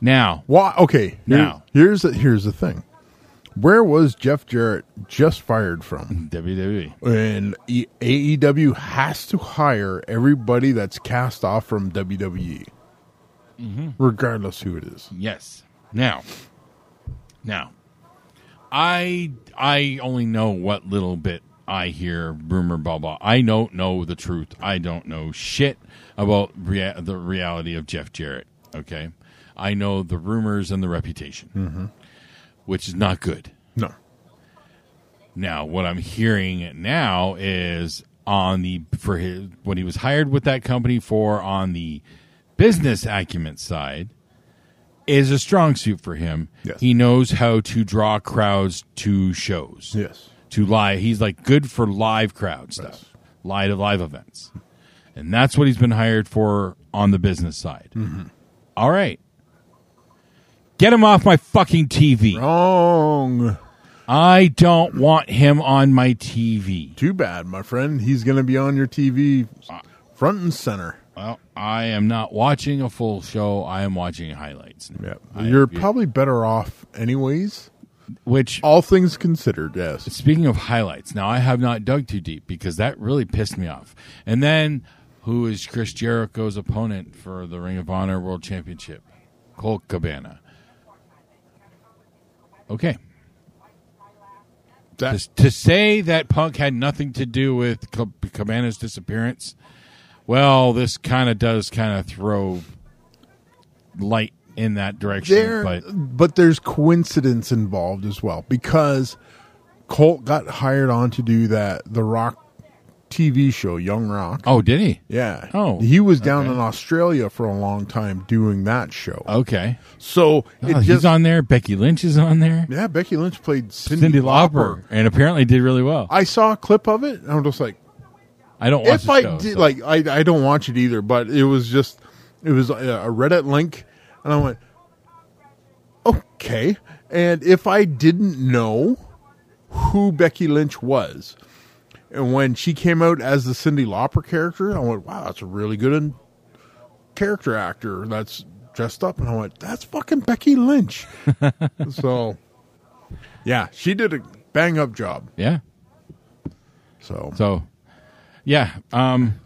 Now,
Why? Okay. Here,
Now.
here's the, here's the thing. Where was Jeff Jarrett just fired from?
WWE.
And E- AEW has to hire everybody that's cast off from WWE,
Mm-hmm.
regardless who it is.
Yes. Now, now, I I only know what little bit I hear rumor blah blah. I don't know the truth. I don't know shit about rea- the reality of Jeff Jarrett. Okay, I know the rumors and the reputation, which is not good.
No.
Now, what I'm hearing now is on the for his what he was hired with that company for on the business acumen side is a strong suit for him.
Yes.
He knows how to draw crowds to shows.
Yes.
To live, he's like good for live crowd stuff, live to live events, and that's what he's been hired for on the business side.
Mm-hmm.
All right, get him off my fucking TV.
Wrong.
I don't want him on my TV.
Too bad, my friend. He's going to be on your TV
Uh,
front and center.
Well, I am not watching a full show. I am watching highlights. now. I-
You're probably better off, anyways.
which
All things considered, yes.
speaking of highlights, now I have not dug too deep because that really pissed me off. And then who is Chris Jericho's opponent for the Ring of Honor World Championship? Colt Cabana. Okay.
That-
to, to say that Punk had nothing to do with Ca- Cabana's disappearance, well, this kind of does kind of throw light in that direction.
there,
but
but. there's coincidence involved as well because Colt got hired on to do that The Rock TV show, Young Rock.
oh, did he?
Yeah.
Oh,
He was down
okay.
in Australia for a long time doing that show.
Okay,
so it
Oh,
just
he's on there. Becky Lynch is on there.
Yeah, Becky Lynch played Cindy,
Cindy
Lauper.
Lauper, and apparently did really well. I,
I saw a clip of it and I'm just like
don't watch
if
the
I
show,
did,
so-
like, I, I don't watch it either, but it was just, it was a a Reddit link, and I went, okay. And if I didn't know who Becky Lynch was, and when she came out as the Cindy Lauper character, I went, wow, that's a really good in- character actor that's dressed up. And I went, that's fucking Becky Lynch. so, yeah, she did a bang up job.
yeah.
So,
So, yeah. Um,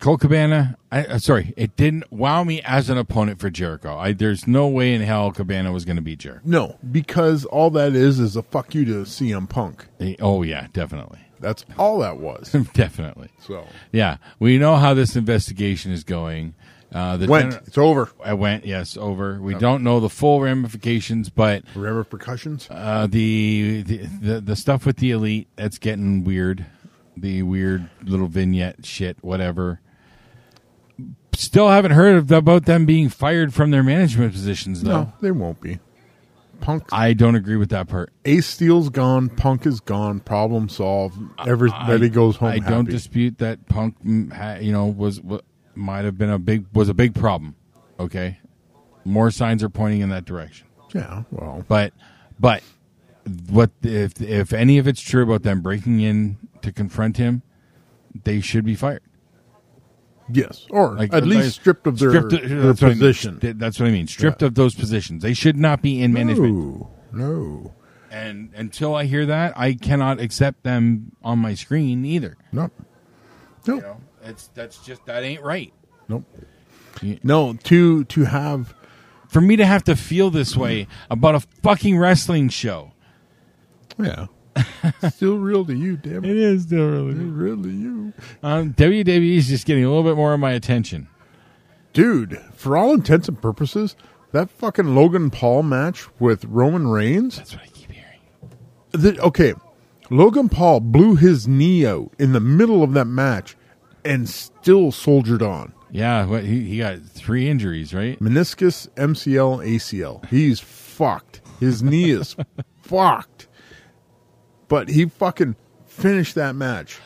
Cole Cabana. I uh, sorry, it didn't wow me as an opponent for Jericho. I there's no way in hell Cabana was going to beat Jericho.
No, because all that is is a fuck you to CM Punk.
Eh, Oh yeah, definitely,
That's all that was.
definitely.
So
Yeah, we know how this investigation is going. Uh, the
went.
gener-
It's over.
I went. Yes, over. We don't know the full ramifications, but
Remember percussions?
uh, the, the the the stuff with the elite that's getting weird. The weird little vignette shit, whatever. Still haven't heard of, about them being fired from their management positions, though.
No, they won't be. Punk.
I don't agree with that part.
Ace Steel's gone. Punk is gone. Problem solved. Everybody
I-
goes home.
I don't
happy.
dispute that Punk, mm, ha- you know, was wa- might have been a big was a big problem. Okay, more signs are pointing in that direction.
Yeah. Well.
But but what if if any of it's true about them breaking in to confront him, they should be fired.
Yes. Or
Like
at least
like-
stripped of their,
stripped-
their
that's what I mean.
position.
Th- that's what I mean. Stripped of those positions. They should not be in management.
No. No.
And until I hear that, I cannot accept them on my screen either.
No.
You
No.
know, it's that's just that ain't right.
Nope.
You-
No. To to have
for me to have to feel this way about a fucking wrestling show.
Yeah. Still real to you, damn it.
is still really.
Real to you.
Um, WWE is just getting a little bit more of my attention.
Dude, for all intents and purposes, that fucking Logan Paul match with Roman Reigns.
That's what I keep hearing.
the, okay, Logan Paul blew his knee out in the middle of that match and still soldiered on.
Yeah, what, he, he got three injuries, right?
Meniscus, MCL, ACL. He's fucked. His knee is fucked. But he fucking finished that match.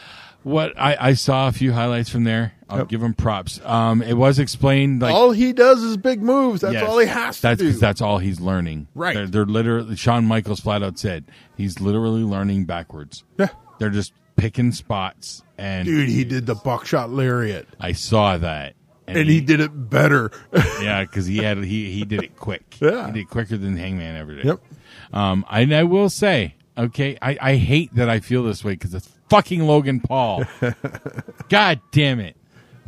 What I, I saw a few highlights from there. I'll
Yep.
give him props. Um, it was explained like
all he does is big moves. That's
Yes.
all he has to
that's,
do.
'cause That's all he's learning.
Right.
They're, they're literally. Shawn Michaels flat out said he's literally learning backwards.
Yeah.
They're just picking spots, and
Dude, he did the buckshot lariat.
I saw that,
And he did it better.
yeah, because he had he he did it quick.
Yeah.
he did it quicker than Hangman ever did.
Yep.
Um, and I will say, okay, I I hate that I feel this way because it's fucking Logan Paul. God damn it!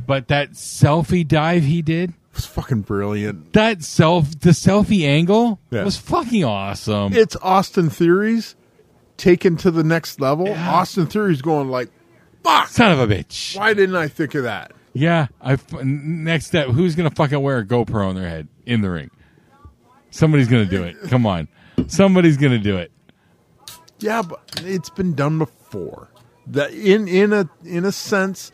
But that selfie dive he did.
it's fucking brilliant.
That self, the selfie angle
Yeah.
was fucking awesome.
It's Austin Theories taken to the next level. Austin Theories going like, fuck.
Son of a bitch.
Why didn't I think of that?
Yeah, I f- n- next step. Who's gonna fucking wear a GoPro on their head in the ring? Somebody's gonna do it. Come on, somebody's gonna do it.
Yeah, but it's been done before. That in in a in a sense,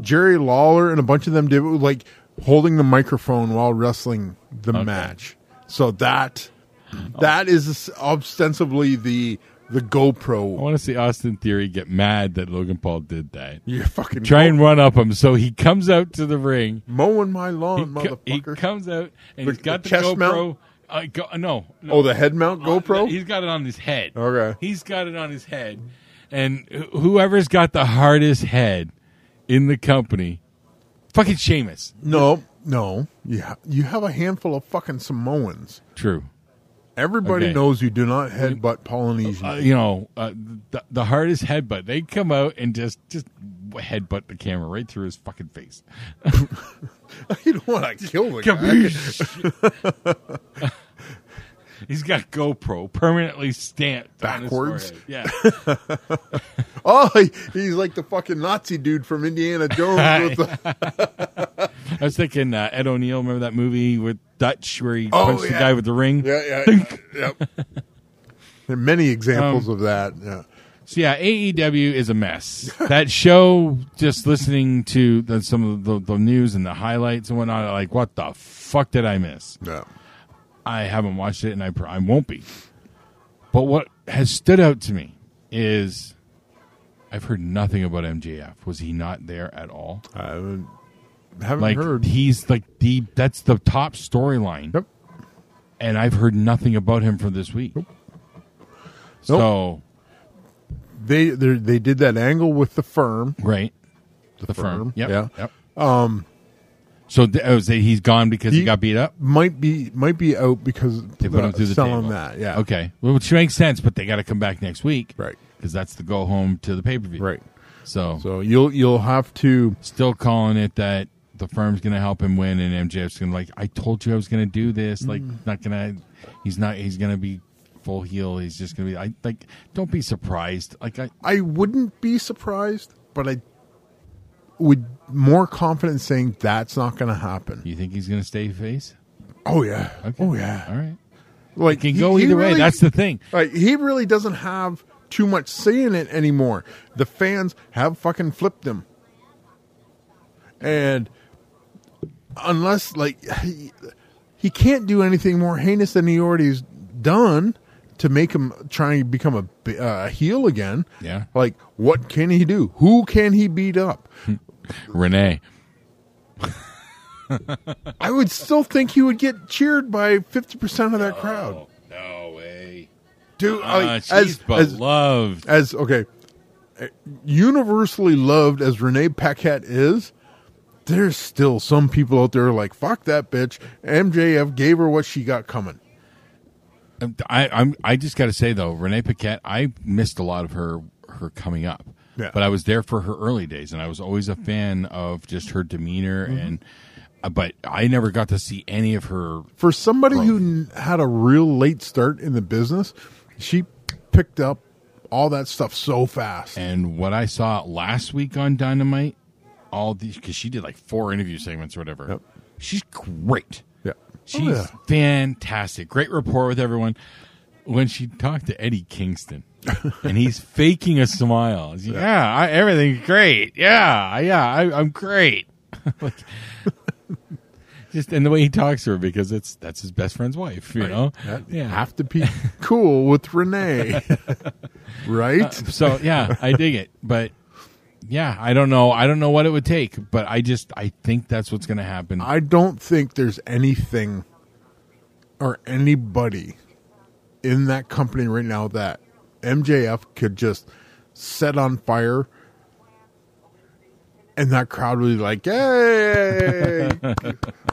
Jerry Lawler and a bunch of them did it with, like holding the microphone while wrestling the match. So that
Oh.
that is ostensibly the the
I
GoPro.
want to see Austin Theory get mad that Logan Paul did that.
You're fucking
Try and run up him so he comes out to the ring.
mowing my
He,
lawn,
co- he
motherfucker.
comes out and
The-
he's got
the
the,
chest
GoPro.
mount?
Uh, go, no, no,
oh, the head mount GoPro.
He's got it on his head.
Okay.
He's got it on his head. And wh- whoever's got the hardest head in the company, fucking Sheamus.
no, no. Yeah, you have a handful of fucking Samoans.
True.
Everybody
Okay.
knows you do not headbutt Polynesians.
uh, you know, uh, the, the hardest headbutt. They come out and just just headbutt the camera right through his fucking face. uh,
you don't want to kill the guy.
Kabeesh. He's got GoPro permanently stamped on his
Backwards?
forehead. yeah,
Oh, he- he's like the fucking Nazi dude from Indiana Jones. With the,
I was thinking uh, Ed O'Neill. Remember that movie with Dutch where he
Oh,
punched the
yeah.
guy with the ring?
yeah, yeah, yeah, yep. There are many
Um,
examples of that. Yeah.
So yeah, AEW is a mess. that show, just listening to the, some of the, the news and the highlights and whatnot, like what the fuck did I miss?
yeah.
I haven't watched it, and I, pr- I won't be. But what has stood out to me is I've heard nothing about MJF. Was he not there at all?
I haven't, haven't
Like
heard.
he's like the that's the top storyline,
Yep.
and I've heard nothing about him for this week. So
They they they did that angle with the firm.
right, the, firm.
firm,
Yep.
yeah.
Yep. Um. So th- oh, so he's gone because he,
He-
got beat up.
Might be might be out because
They put him through the
selling
table.
that. Yeah.
Okay. Well, which makes sense, but they got to come back next week,
Right.
Because that's the go home to the pay per view,
Right.
So
So you'll you'll have to.
still calling it that the firm's going to help him win and MJF's going to like I told you I was going to do this like
Mm.
not going to he's not he's going to be full heel he's just going to be I like don't be surprised like I
I wouldn't be surprised, but I would more confident saying that's not going to happen.
you think he's going to stay face
Oh yeah.
Okay.
Oh yeah.
all right
Like
can go either way
really-
that's the thing
Like he really doesn't have too much say in it anymore. The fans have fucking flipped him, and unless like he, he can't do anything more heinous than he already's done to make him try and become a b- uh, a heel again.
Yeah.
Like what can he do? Who can he beat up?
Renee
I would still think he would get cheered by fifty percent of that crowd,
no way
dude.
uh,
like,
she's
as, as
beloved
as okay universally loved as renee paquette is there's still some people out there like fuck that bitch mjf gave her what she got coming
I I'm I just got to say though Renee Paquette I missed a lot of her her coming up
Yeah. Mm-hmm.
but I was there for her early days and I was always a fan of just her demeanor and uh, but I never got to see any of her.
For somebody who n- had a real late start in the business, she picked up all that stuff so fast.
And what I saw last week on Dynamite, all these because she did like four interview segments or whatever.
Yep.
She's great.
Yeah.
She's
Oh, yeah.
fantastic. Great rapport with everyone. When she talked to Eddie Kingston, and he's faking a smile. He's, yeah, I, everything's great. Yeah, I- yeah, I, I'm great. like, just and the way he talks to her because it's that's his best friend's wife. You know, yeah.
Have to be cool with Renee. right?
So yeah, I dig it, but yeah, I don't know. I don't know what it would take, but I just I think that's what's going to happen.
I don't think there's anything or anybody in that company right now that MJF could just set on fire and that crowd would be like, hey,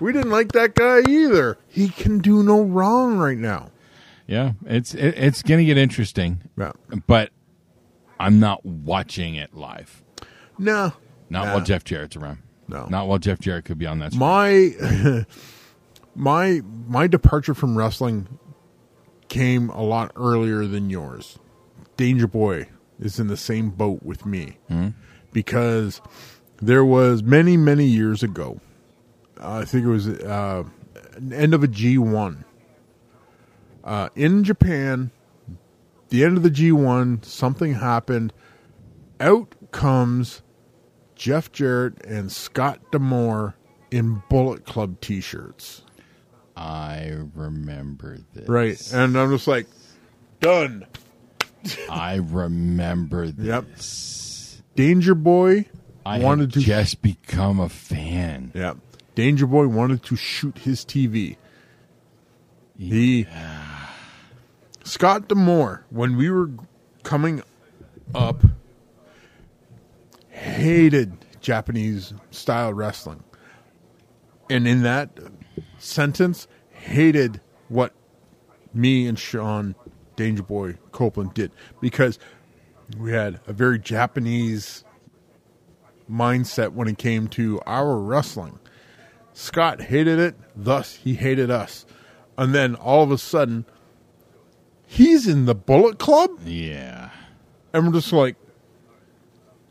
we didn't like that guy either. He can do no wrong right now.
yeah, it's it, it's going to get interesting,
Yeah.
but I'm not watching it live.
No.
Not
Nah.
while Jeff Jarrett's around.
No.
Not while Jeff Jarrett could be on that. screen.
my my my departure from wrestling came a lot earlier than yours. Danger Boy is in the same boat with me because there was many many years ago. I think it was uh, an end of a G one uh, in Japan. The end of the G one, something happened. Out comes Jeff Jarrett and Scott Demore in Bullet Club t-shirts.
I remember this.
Right. And I'm just like, done.
I remember this.
Yep. Danger Boy
I
wanted to
just become a fan.
Yeah. Danger Boy wanted to shoot his TV. He Scott Demore, when we were coming up, hated Japanese style wrestling. And in that sentence, hated what me and Sean Danger Boy Copeland did because we had a very Japanese mindset when it came to our wrestling. Scott hated it, thus he hated us. And then all of a sudden, he's in the Bullet Club,
Yeah.
and we're just like,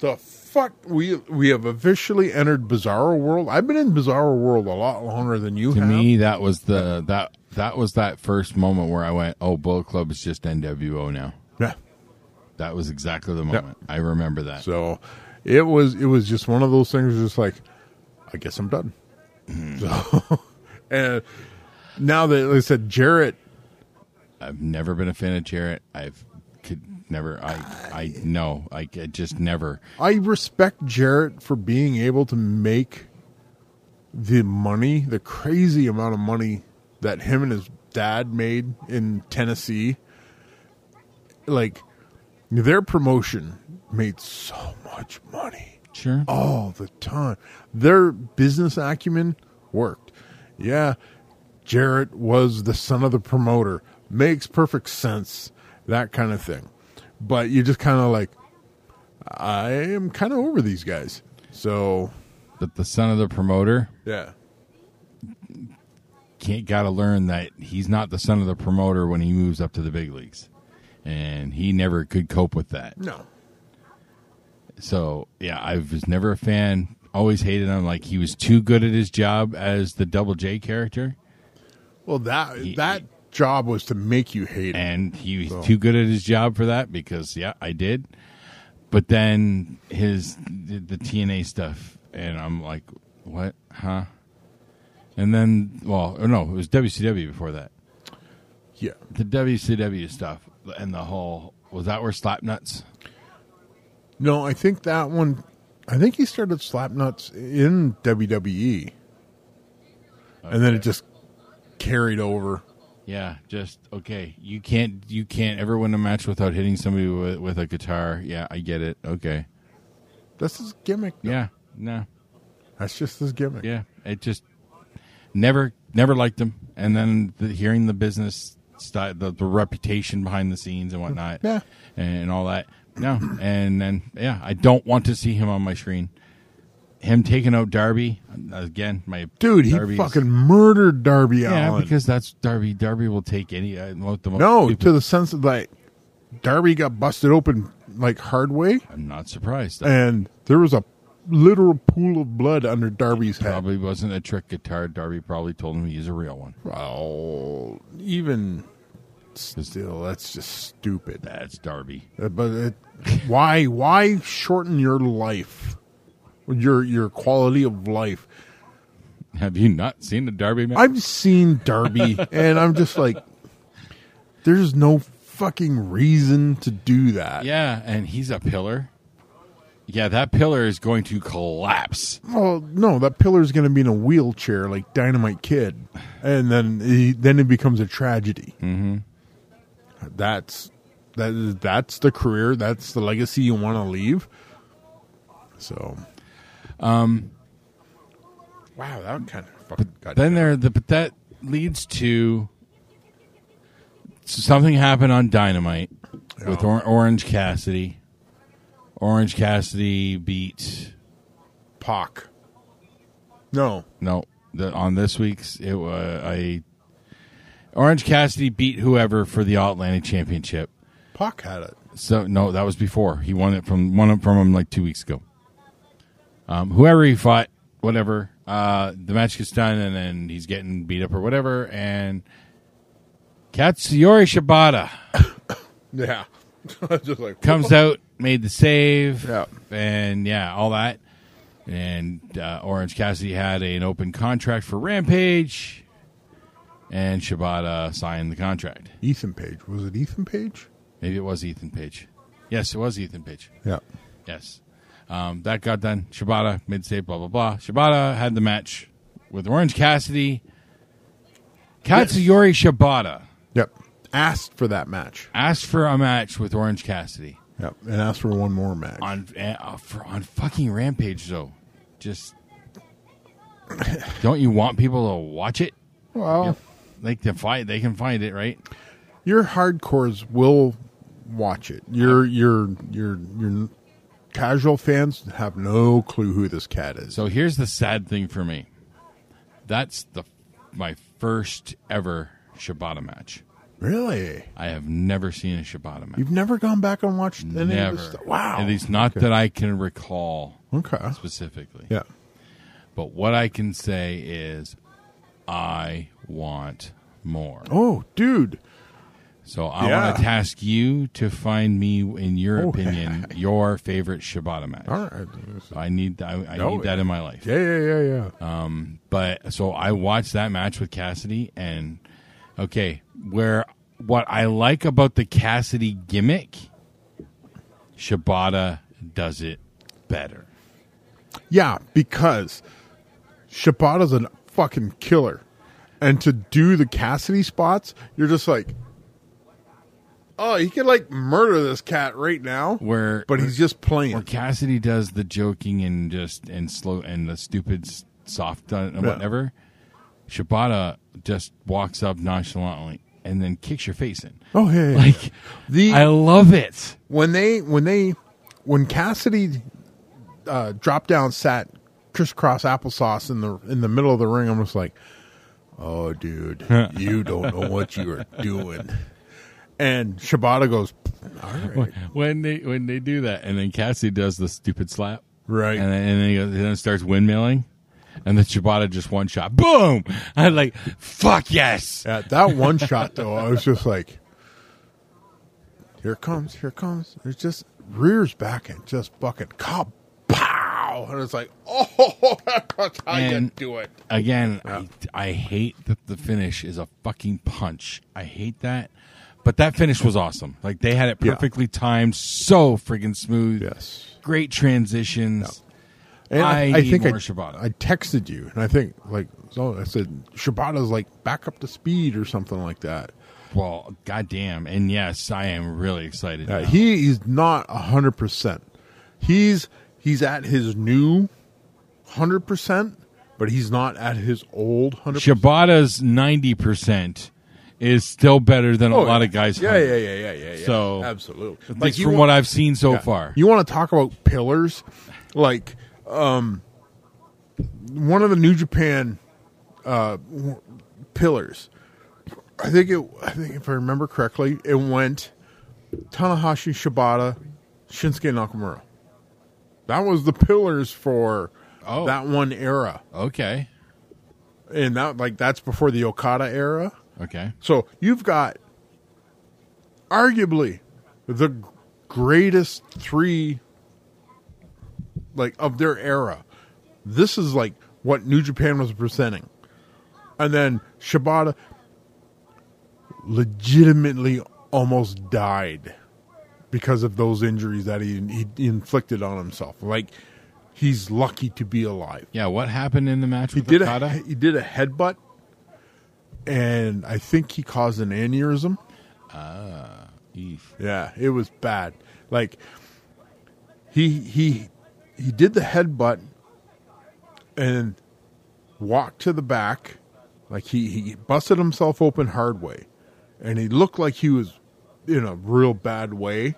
the fuck. We we have officially entered Bizarro World. I've been in Bizarro World a lot longer than you
To
have.
me, that was the that that was that first moment where I went, "Oh, Bullet Club is just NWO now."
yeah.
That was exactly the moment. I remember that.
So it was it was just one of those things. Just like, I guess I'm done.
Mm-hmm.
So, and now that like I said, Jarrett
I've never been a fan of Jarrett. I've could never. I I no. I, I just never.
I respect Jarrett for being able to make the money, the crazy amount of money that him and his dad made in Tennessee. Like their promotion made so much money
Sure.
all the time. Their business acumen worked. Yeah, Jarrett was the son of the promoter. Makes perfect sense, that kind of thing. But you're just kind of like, I am kind of over these guys. So,
But the son of the promoter
yeah.
can't got to learn that he's not the son of the promoter when he moves up to the big leagues, and he never could cope with that.
No.
So yeah, I was never a fan. Always hated him. Like he was too good at his job as the Double J character.
Well, that that job was to make you hate him.
and he was too good at his job for that because yeah i did but then his the, the tna stuff and i'm like what huh and then well or no it was wcw before that
Yeah.
the wcw stuff and the whole was that where slapnuts
No, I think that one. I think he started Slapnuts in WWE, and then it just carried over.
yeah just okay you can't you can't ever win a match without hitting somebody with, with a guitar yeah i get it okay
That's his gimmick. though.
yeah no
That's just his gimmick.
yeah it just never never liked him and then the, hearing the business sty the, the reputation behind the scenes and whatnot
Yeah.
and, all that no and then yeah i don't want to see him on my screen him taking out Darby again. My
Dude, he
Darby's-
fucking murdered Darby
yeah,
Allen.
because that's Darby. Darby will take any. Uh, mo- the most
no,
stupid-
to the sense of like Darby got busted open like hard way,
I'm not surprised. That
and there was a literal pool of blood under Darby's head.
probably wasn't a trick guitar. Darby probably told him to use a real one.
Oh, even still, that's just stupid.
That's Darby.
Uh, But it, why why shorten your life, your your quality of life?
Have you not seen the Darby match?
I've seen Darby, and I'm just like, there's no fucking reason to do that.
yeah, and he's a pillar. Yeah, that pillar is going to collapse.
Well, no, that pillar's going to be in a wheelchair like Dynamite Kid, and then he, then it becomes a tragedy. Mm-hmm. That's that is, that's the career. That's the legacy you want to leave. So, um, wow, that kind of fucking got
Um, Then there, the, but that leads to something happened on Dynamite with
Yeah.
or- Orange Cassidy. Orange Cassidy beat
Pac. No,
no the, on this week's it was I Orange Cassidy beat whoever for the All Atlantic Championship.
Pac had it.
So no, that was before he won it from won it from him like two weeks ago. Um, whoever he fought, whatever. Uh, the match gets done, and then he's getting beat up or whatever. And Katsuyori Shibata
Yeah, just like
comes out, made the save,
Yeah.
and yeah, all that. And uh, Orange Cassidy had an open contract for Rampage, and Shibata signed the contract.
Ethan Page. Was it Ethan Page?
Maybe it was Ethan Page. Yes, it was Ethan Page.
Yeah.
Yes. Um, that got done. Shibata, mid save, blah, blah, blah. Shibata had the match with Orange Cassidy. Katsuyori Shibata
Yep. Asked for that match.
asked for a match with Orange Cassidy
Yep. And asked for one more match.
on uh, for, on fucking Rampage, though. Just don't you want people to watch it?
well,
Like to find, they can find it, right?
your hardcores will watch it. Your your your your casual fans have no clue who this cat is.
So here's the sad thing for me. That's the my first ever Shibata match.
Really,
I have never seen a Shibata match.
you've never gone back and watched any of
Never.
this stuff? Wow.
At least not that I can recall
Okay.
specifically.
Yeah.
But what I can say is I want more.
Oh, dude.
So I
Yeah.
want to task you to find me, in your
Oh,
opinion, your favorite Shibata match.
All right.
I need I, I
No,
need that in my life.
Yeah, yeah, yeah, yeah.
But so I watched that match with Cassidy and okay, where what I like about the Cassidy gimmick, Shibata does it better.
yeah, because Shibata's a fucking killer. And to do the Cassidy spots, you're just like, oh, he could like murder this cat right now.
Where
But he's just playing.
Where Cassidy does the joking and just and slow and the stupid s- soft uh, and
Yeah.
whatever, Shibata just walks up nonchalantly and then kicks your face in.
Oh yeah, yeah.
Like
the
I love it.
when they when they when Cassidy uh, dropped down sat crisscross applesauce in the in the middle of the ring, I'm just like, oh dude, you don't know what you are doing. And Shibata goes, all right,
When they when they do that and then Cassidy does the stupid slap
right,
and then, and then he goes, then starts windmilling. And then Shibata just one shot, boom! I'm like, "Fuck yes!"
At that one shot, though, I was just like, "Here it comes! Here it comes!" It just rears back and just fucking cop pow, and it's like, "Oh, that's how you
And-
do it."
Again, I, I hate that the finish is a fucking punch. I hate that. But that finish was awesome. Like they had it
Yeah.
perfectly timed, so friggin' smooth.
Yes.
Great transitions.
And
I need
think
more
I,
Shibata.
I texted you, and I think like so. I said Shibata's like back up to speed or something like that.
Well, goddamn. And yes, I am really excited.
Uh,
now.
he is not hundred percent. He's he's at his new hundred percent, but he's not at his old hundred.
Shibata's 90% is still better than a
Oh,
lot
yeah.
of guys.
Yeah,
100.
yeah, yeah, yeah, yeah, yeah.
So,
absolutely.
At
Like,
least
you
from
want-
what I've seen so
yeah.
far.
you want to talk about pillars, like um, one of the New Japan uh, w- pillars. I think it. I think if I remember correctly, it went Tanahashi, Shibata, Shinsuke Nakamura. That was the pillars for
Oh.
that one era,
Okay.
and that like that's before the Okada era.
Okay.
So you've got arguably the g- greatest three like of their era. This is like what New Japan was presenting. And then Shibata legitimately almost died because of those injuries that he, he inflicted on himself. Like he's lucky to be alive.
Yeah. What happened in the match
He
with
did
Okada?
a he did a headbutt, and I think he caused an aneurysm.
Eef.
Yeah, it was bad. Like he he he did the headbutt and walked to the back, like he he busted himself open hard way, and he looked like he was in a real bad way,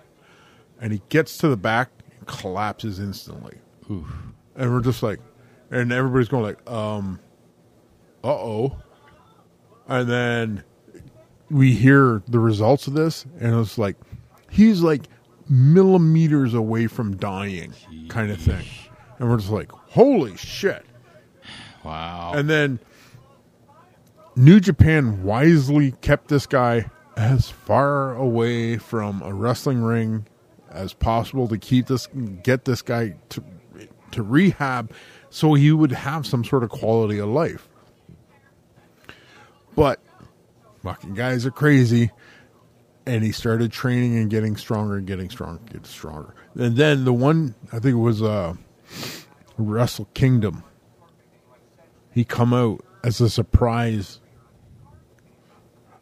and he gets to the back and collapses instantly. And we're just like, and everybody's going like, um, uh oh, and then we hear the results of this, and it's like he's like millimeters away from dying, kind of thing. And we're just like, holy shit!
Wow.
And then New Japan wisely kept this guy as far away from a wrestling ring as possible to keep this get this guy to to rehab so he would have some sort of quality of life. But fucking guys are crazy. And he started training and getting stronger and getting stronger and getting stronger. And then the one I think it was uh Wrestle Kingdom he come out as a surprise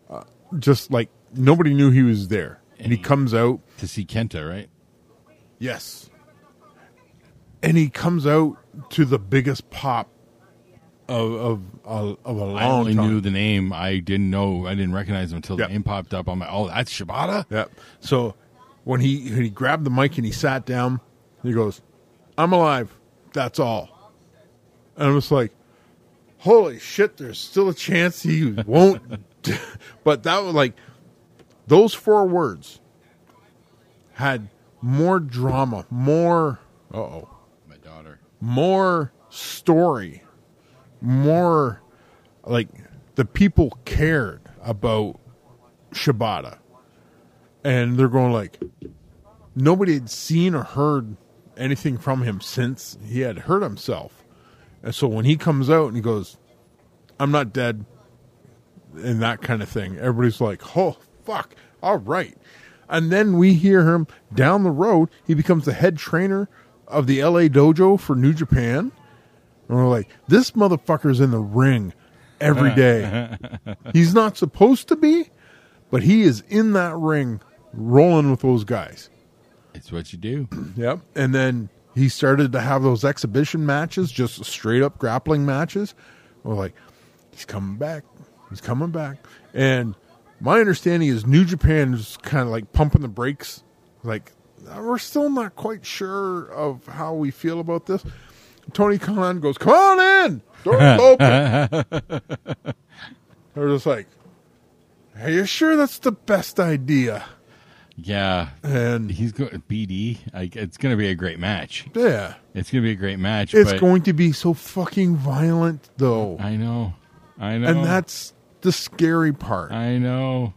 uh, just like nobody knew he was there and he comes out
to see Kenta, right?
yes and he comes out to the biggest pop of of of, of a long
I only
time.
knew the name. I didn't know. I didn't recognize him until
Yeah.
the name popped up. I'm like, oh, that's Shibata.
Yep. So when he when he grabbed the mic and he sat down, he goes, "I'm alive. That's all." And I was like, "Holy shit! There's still a chance he won't." but that was like those four words had more drama, more uh oh,
My daughter.
more story, more like the people cared about Shibata. And they're going like nobody had seen or heard anything from him since he had hurt himself. And so when he comes out and he goes, I'm not dead and that kind of thing, everybody's like, Oh fuck, all right. And then we hear him down the road, he becomes the head trainer of the LA dojo for New Japan. And we're like, this motherfucker's in the ring every day. He's not supposed to be, but he is in that ring rolling with those guys.
It's what you do.
Yep. And then he started to have those exhibition matches, just straight up grappling matches. We're like, he's coming back. He's coming back. And my understanding is New Japan is kind of like pumping the brakes. Like, uh, we're still not quite sure of how we feel about this. Tony Khan goes, come on in. Door's open. They're just like, are you sure that's the best idea?
Yeah.
And
He's going BD. Like, it's going to be a great match.
yeah.
It's going to be a great match.
It's
but
going to be so fucking violent, though,
I know. I know.
and that's the scary part
I know.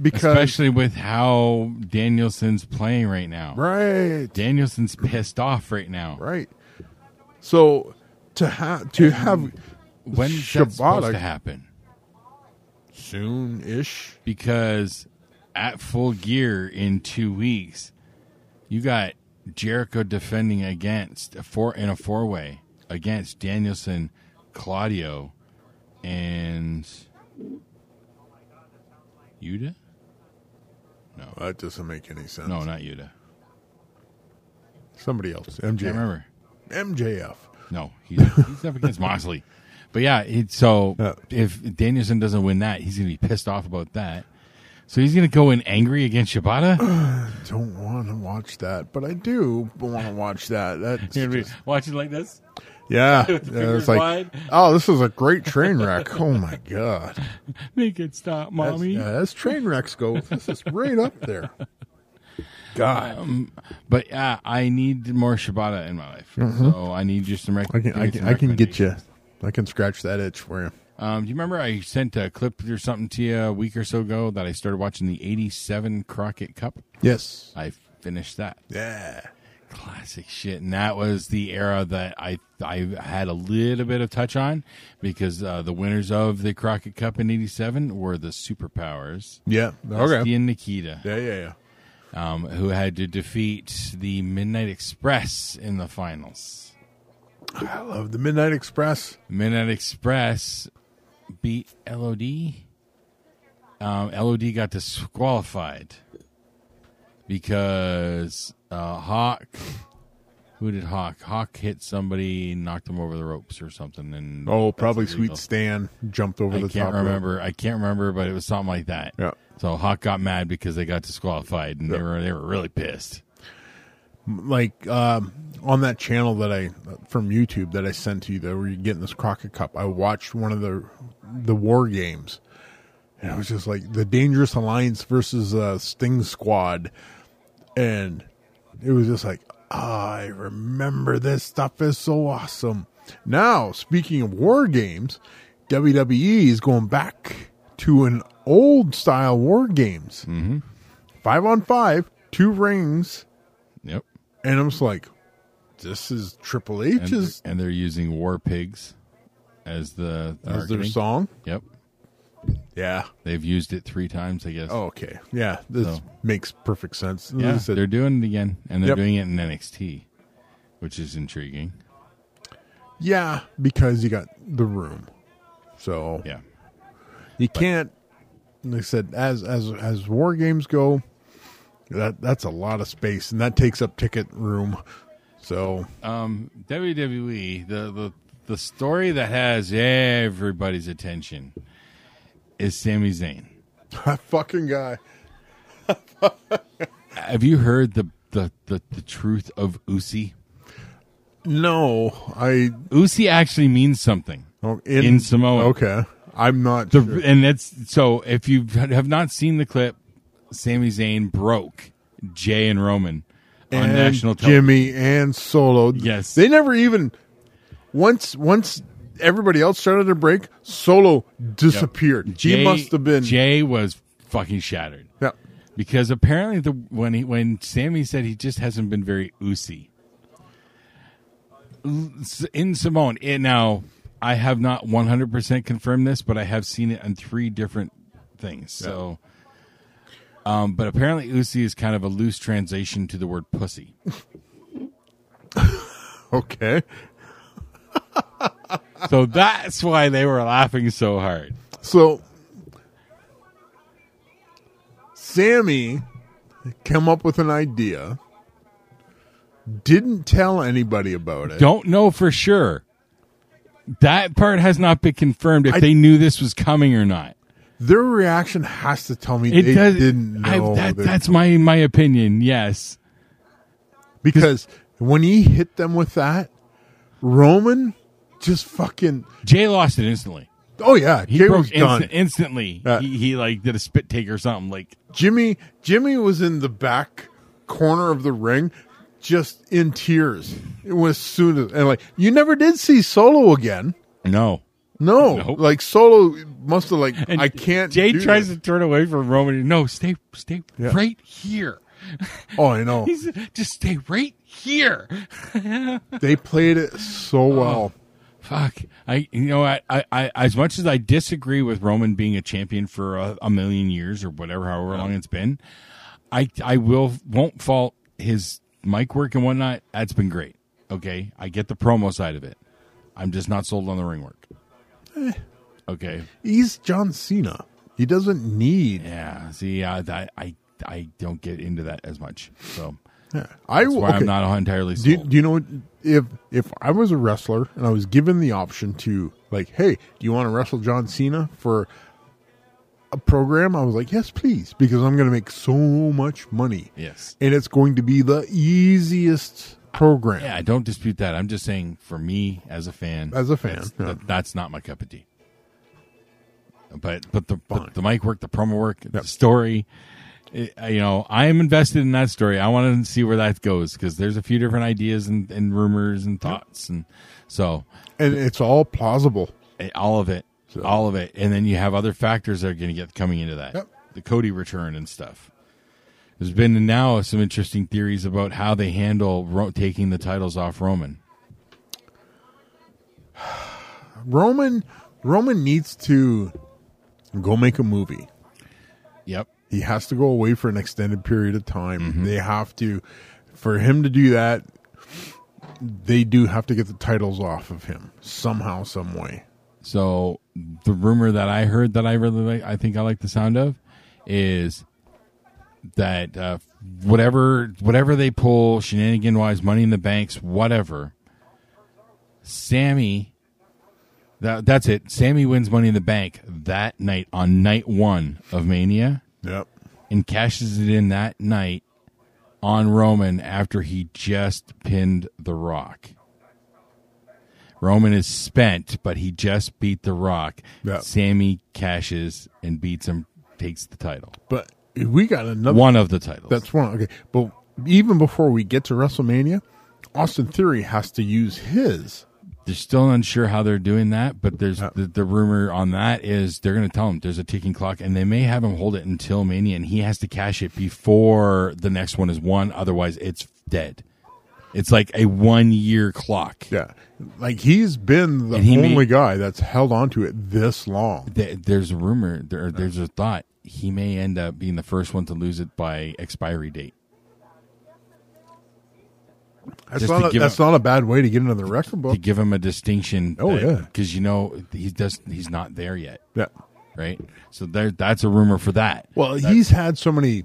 because
Especially with how Danielson's playing right now.
right,
Danielson's pissed off right now.
right. So to have to have
When's that supposed
Shibata-
to happen?
soon ish,
Because at full gear in two weeks, you got Jericho defending against a four in a four way against Danielson, Claudio, and Yuta.
that doesn't make any sense.
No, not Yuta.
somebody else.
Can't
MJF.
remember.
MJF.
No, he's, he's up against Moxley. But yeah, it, so
Yeah.
if Danielson doesn't win that, he's going to be pissed off about that. So he's going to go in angry against Shibata.
Don't want to watch that, but I do want to watch that. That's
He's gonna be
just-
watching like this.
Yeah. yeah
fingers
it's like,
wide.
oh, this is a great train wreck. Oh my god.
Make it stop,
That's,
mommy.
yeah, that's train wrecks go. This is right up there. God,
But yeah, I need more Shibata in my life. So I need you some. Rec-
Mm-hmm. I can, I can, I can get you. I can scratch that itch for you.
Um, do you remember I sent a clip or something to you a week or so ago that I started watching the '87 Crockett Cup?
Yes.
I finished that.
Yeah.
Classic shit, and that was the era that I I had a little bit of touch on because uh, the winners of the Crockett Cup in '87 were the superpowers,
Yeah.
Dusty and Nikita,
Yeah, yeah, yeah.
um, who had to defeat the Midnight Express in the finals.
I love the Midnight Express.
Midnight Express beat LOD. Um, LOD got disqualified because uh, Hawk. Who did Hawk? Hawk hit somebody, knocked him over the ropes or something, and
Oh,
that's
probably Sweet
illegal.
Stan jumped over
I
the
can't
top. rope.
remember. I can't remember, but it was something like that.
Yeah.
So Hawk got mad because they got disqualified, and they were they were really pissed.
Like um, on that channel that I from YouTube that I sent to you, that where you're getting this Crockett Cup. I watched one of the the war games, and it was just like the Dangerous Alliance versus uh, Sting Squad, and it was just like I remember this stuff is so awesome. Now speaking of war games, WWE is going back to an old style war games, mm-hmm. five on five, two rings.
Yep.
And I'm just like, this is Triple H
And,
is
and they're using War Pigs as the, the
is their
marketing.
song.
Yep.
Yeah.
They've used it three times, I guess.
Oh, okay. Yeah. This
So-
makes perfect sense. This
yeah.
is it.
They're doing it again, and they're
Yep.
doing it in NXT, which is intriguing.
yeah, because you got the room. So
Yeah.
you can't like I said, as as as war games go, that that's a lot of space and that takes up ticket room. So
WWE, E, the, the, the story that has everybody's attention is Sami Zayn.
that fucking guy.
Have you heard the, the, the, the truth of Usi?
No, I
Usi actually means something.
oh,
In Samoa.
Okay. I'm not
The,
sure.
And that's so if you have not seen the clip, Sami Zayn broke Jay and Roman on
and
national television.
Jimmy and Solo.
Yes.
they never even once once everybody else started to break. Solo disappeared. he must have been.
Jay was fucking shattered
yeah.
because apparently the when he when Sammy said he just hasn't been very oozy in Simone. It, now I have not one hundred percent confirmed this, but I have seen it on three different things. So, um, but apparently oozy is kind of a loose translation to the word pussy.
Okay.
so that's why they were laughing so hard.
So Sammy came up with an idea. Didn't tell anybody about it.
don't know for sure. That part has not been confirmed if
I-
they knew this was coming or not.
Their reaction has to tell me
It
they
does,
didn't
I-
know.
that-
that-
that's my my opinion. Yes,
because when he hit them with that, Roman just fucking
Jay lost it instantly.
oh yeah,
He
Jay
broke
was done.
instant- instantly.
Uh,
he, he like did a spit take or something. Like
Jimmy Jimmy was in the back corner of the ring, just in tears. It was soon as and like you never did see Solo again.
no.
No,
Nope.
like Solo must have like I can't.
Jay
do
tries
this.
to turn away from Roman. No, stay stay
Yeah.
right here.
Oh, I know.
He's just stay right here.
they played it so
Oh.
well.
Fuck. I you know I, I I as much as I disagree with Roman being a champion for a, a million years or whatever, however long it's been, I I will won't fault his mic work and whatnot. That's been great. Okay, I get the promo side of it. I'm just not sold on the ring work.
Eh.
Okay.
He's John Cena. He doesn't need.
Yeah. See, I I I, I don't get into that as much. So
I
that's
will.
why
okay.
I'm not entirely
Do you,
sold.
do you know what- if if I was a wrestler and I was given the option to like, hey, do you want to wrestle John Cena for a program? I was like, yes, please, because I'm going to make so much money.
Yes.
and it's going to be the easiest program.
Yeah, I don't dispute that. I'm just saying, for me as a fan,
As a fan,
that's,
yeah.
that- that's not my cup of tea. But but the
Fine.
but the mic work, the promo work, the story, it- you know, I am invested in that story. I want to see where that goes because there's a few different ideas and, and rumors and thoughts, and so
and it's all plausible.
eh, all of it, all of it, and then you have other factors that are going to get coming into that,
Yep.
the Cody return and stuff. There's been now some interesting theories about how they handle Ro- taking the titles off Roman.
Roman Roman needs to go make a movie.
Yep.
He has to go away for an extended period of time.
Mm-hmm.
They have to for him to do that they do have to get the titles off of him somehow some way.
So the rumor that I heard that I really like, I think I like the sound of, is that uh, whatever whatever they pull shenanigan wise, money in the banks, whatever. Sammy, that that's it. Sammy wins Money in the Bank that night on night one of Mania
Yep.
and cashes it in that night on Roman after he just pinned The Rock. Roman is spent, but he just beat The Rock.
Yeah.
Sammy cashes and beats him, takes the title.
But we got another
One of the titles.
That's one. Okay. But even before we get to WrestleMania, Austin Theory has to use his.
they're still unsure how they're doing that, but there's the, the rumor on that is they're going to tell him there's a ticking clock, and they may have him hold it until Mania, and he has to cash it before the next one is won. Otherwise, it's dead. It's like a one year clock.
Yeah. Like he's been the
And he
only
may-
guy that's held on to it this long.
Th- there's a rumor, there,
Uh-huh.
there's a thought he may end up being the first one to lose it by expiry date.
That's,
Just to
not a,
give
that's
up-
not a bad way to get into the record
To
book.
give him a distinction.
Oh, yeah.
because you know he does. He's not there yet,
Yeah.
right? So there, that's a rumor for that.
Well, he's had so many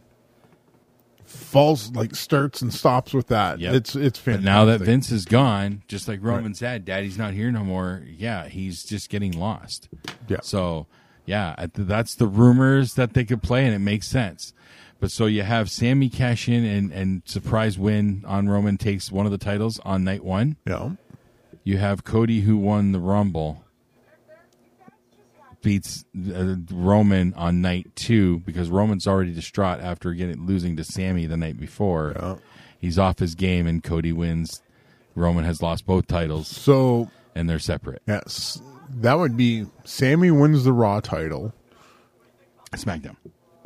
false like starts and stops with that.
Yep.
It's it's
But
fantastic.
now that Vince is gone, just like Roman said, Daddy's not here no more. Yeah, he's just getting lost.
Yeah.
So, yeah, I th- that's the rumors that they could play, and it makes sense. But so you have Sammy cash in and, and surprise win on Roman takes one of the titles on night one.
Yeah.
You have Cody who won the Rumble beats uh, Roman on night two because Roman's already distraught after getting losing to Sammy the night before. He's off his game and Cody wins. Roman has lost both titles
So
and they're separate.
yes, that would be Sammy wins the Raw title.
SmackDown.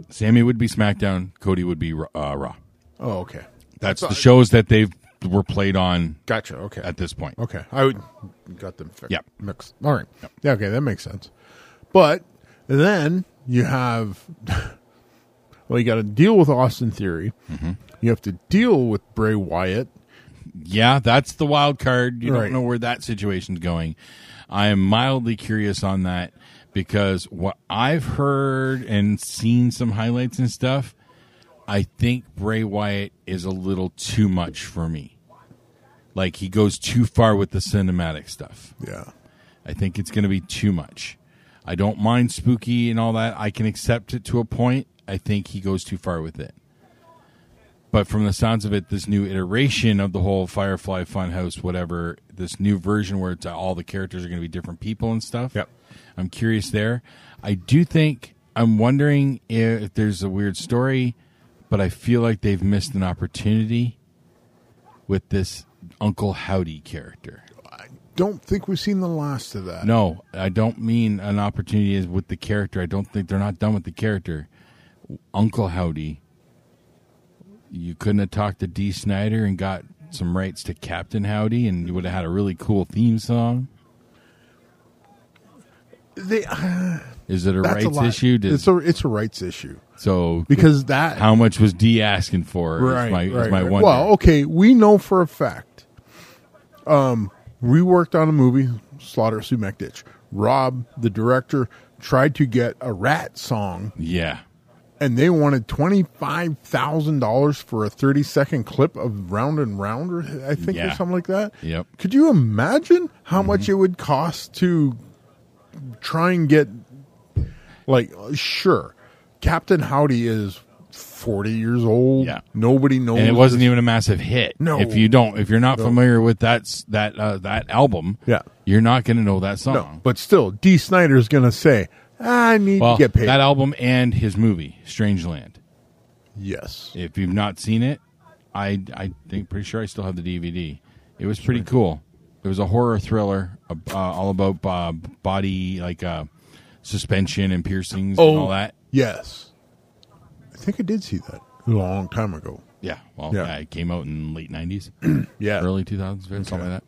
Sammy would be SmackDown. Cody would be uh, Raw.
Oh, okay.
That's the shows that they were played on
Gotcha. Okay.
at this point.
Okay, I would got them fixed.
Yep.
mixed. All right. Yeah. Okay, that makes sense. But then you have well, you got to deal with Austin Theory.
Mm-hmm.
You have to deal with Bray Wyatt.
Yeah, that's the wild card. You
Right.
don't know where that situation's going. I am mildly curious on that because what I've heard and seen some highlights and stuff, I think Bray Wyatt is a little too much for me. Like he goes too far with the cinematic stuff.
Yeah.
I think it's going to be too much. I don't mind spooky and all that. I can accept it to a point. I think he goes too far with it. But from the sounds of it, this new iteration of the whole Firefly Funhouse, whatever, this new version where it's all the characters are going to be different people and stuff.
Yep.
I'm curious there. I do think, I'm wondering if there's a weird story, but I feel like they've missed an opportunity with this Uncle Howdy character.
I don't think we've seen the last of that.
No, I don't mean an opportunity is with the character. I don't think they're not done with the character. Uncle Howdy, you couldn't have talked to D. Snyder and got some rights to Captain Howdy, and you would have had a really cool theme song.
They,
Is it a
that's a
rights
lot.
issue? Did-
It's a it's a rights issue
so
because that
how much was D asking for? is my, is my wonder.
Well, oh, okay, we know for a fact. Um, we worked on a movie, Slaughter Sumac Ditch. Rob, the director, tried to get a rat song,
yeah,
and they wanted twenty five thousand dollars for a thirty second clip of Round and Round, or I think, or
Yeah.
something like that.
Yep. Mm-hmm.
Could you imagine how much it would cost to try and get? Like, uh, sure, Captain Howdy is 40 years old.
Yeah.
Nobody knows.
and it wasn't
oh, this-
even a massive hit.
No.
if you don't, if you're not
No.
familiar with that s- that uh, that album,
Yeah.
you're not going to know that song.
No, but still, D. Snyder's going to say, I need
well,
to get paid.
that album and his movie Strangeland.
yes.
If you've not seen it, I I think pretty sure I still have the DVD. It was pretty cool. It was a horror thriller uh, uh, all about uh, body like uh, suspension and piercings and all that.
Oh, Yes. I think I did see that a long time ago.
Yeah, well,
Yeah.
yeah. it came out in late '90s,
Yeah.
early 2000s, something like that.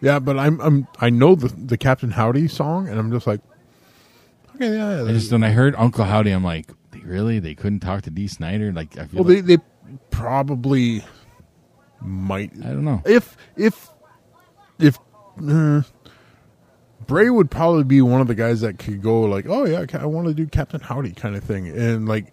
Yeah, but I'm, I'm, I know the, the Captain Howdy song, and I'm just like, okay, yeah.
I just when I heard Uncle Howdy, I'm like, they really? They couldn't talk to D. Snyder? Like, I feel
well, they,
like-
they probably might.
I don't know.
if if if uh, Bray would probably be one of the guys that could go like, oh yeah, I want to do Captain Howdy kind of thing, and like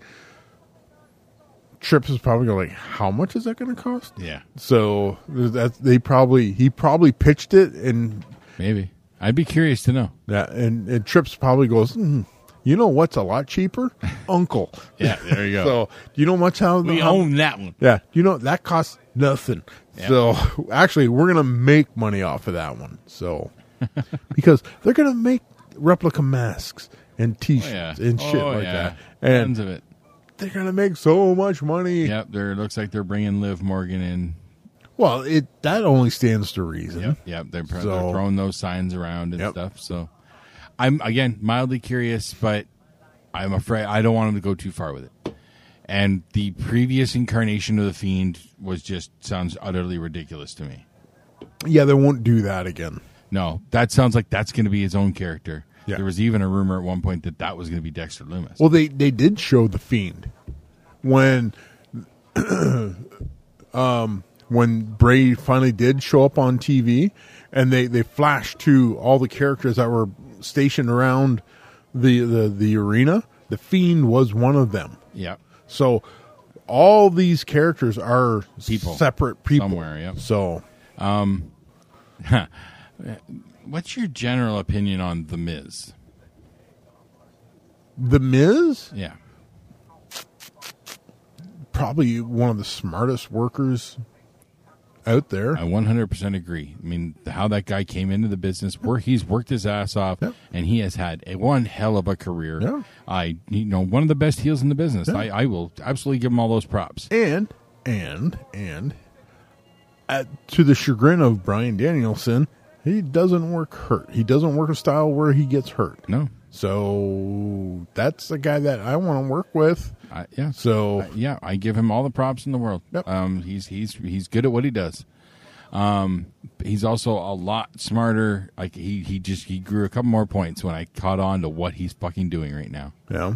Trips is probably going like, how much is that going to cost?
yeah,
So that they probably he probably pitched it, and
maybe. I'd be curious to know.
that and, and Trips probably goes, "Hmm, you know what's a lot cheaper, Uncle.
Yeah, there you go.
So do you know much how
we
how-
own that one.
yeah, you know that costs nothing.
Yeah.
So actually, we're gonna make money off of that one. So because they're gonna make replica masks and
Oh, yeah,
T-shirts and shit
Oh,
like
yeah.
that,
Tons
and
of it.
they're gonna make so much money.
Yep, there looks like they're bringing Liv Morgan in.
Well, it that only stands to reason.
Yep, they're, pro-
So-
they're throwing those signs around and
Yep.
stuff. So, I'm again mildly curious, but I'm afraid I don't want them to go too far with it. And the previous incarnation of the fiend was just sounds utterly ridiculous to me.
Yeah, they won't do that again.
No, that sounds like that's going to be his own character.
Yeah.
There was even a rumor at one point that that was going to be Dexter Loomis.
Well, they they did show the fiend when, um, when Bray finally did show up on TV, and they they flashed to all the characters that were stationed around the the the arena. The fiend was one of them.
yeah,
So all these characters are
People.
separate people.
somewhere. Yep.
So
What's your general opinion on the Miz?
the Miz
Yeah,
probably one of the smartest workers out there.
I 100% agree. I mean, how that guy came into the business, where he's worked his ass off,
Yeah.
and he has had a one hell of a career.
Yeah.
I, you know, one of the best heels in the business. I, I will absolutely give him all those props.
and and and at, to the chagrin of Brian Danielson, he doesn't work hurt. He doesn't work a style where he gets hurt.
No,
So that's the guy that I want to work with.
I, yeah.
So
I- yeah, I give him all the props in the world.
Yep.
Um, he's he's he's good at what he does. Um, he's also a lot smarter. Like he he just he grew a couple more points when I caught on to what he's fucking doing right now.
yeah,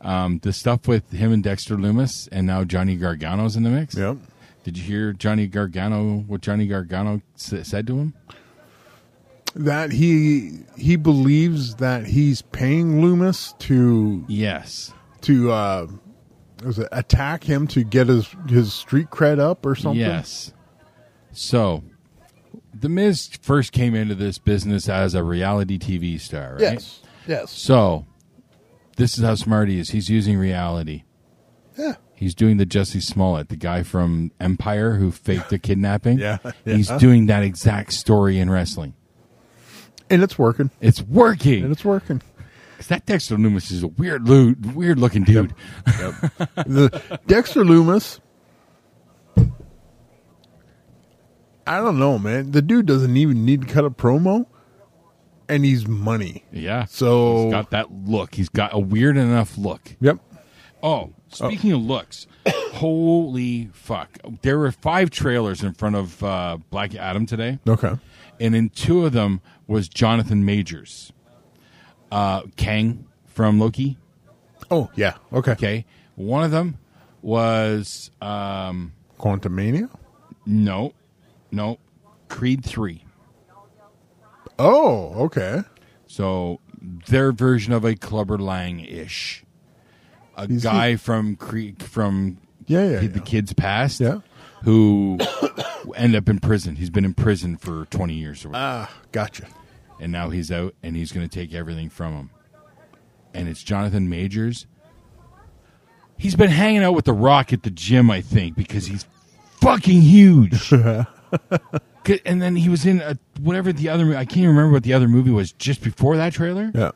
Um, the stuff with him and Dexter Loomis, and now Johnny Gargano's in the mix.
yeah.
Did you hear Johnny Gargano? What Johnny Gargano s- said to him?
That he he believes that he's paying Loomis to
Yes.
to uh, was it attack him to get his his street cred up or something.
Yes. So, the Miz first came into this business as a reality TV star, right?
Yes. Yes.
So, this is how smart he is. He's using reality.
Yeah.
He's doing the Jesse Smollett, the guy from Empire who faked the kidnapping.
Yeah,
He's
yeah.
doing that exact story in wrestling.
And it's working.
It's working.
And it's working.
'Cause that Dexter Loomis is a weird, lo- weird looking dude.
the Dexter Loomis. I don't know, man. The dude doesn't even need to cut a promo, and he's money.
Yeah.
So-
he's got that look. He's got a weird enough look.
Yep.
Oh, speaking of looks, holy fuck! There were five trailers in front of uh, Black Adam today,
Okay.
and in two of them was Jonathan Majors, uh, Kang from Loki.
Oh yeah. Okay.
Okay, one of them was um,
Quantum Mania.
no, no, Creed three.
Oh, okay.
So their version of a Clubber Lang ish, a
Is he-
guy from Creek from
Yeah, yeah,
the
yeah.
kids past,
Yeah.
who end up in prison. He's been in prison for twenty years or whatever,
Ah, gotcha.
and now he's out, and he's going to take everything from him. And it's Jonathan Majors. He's been hanging out with The Rock at the gym, I think, because he's fucking huge. C- and then he was in a, whatever the other mo- I can't remember what the other movie was just before that trailer.
Yeah.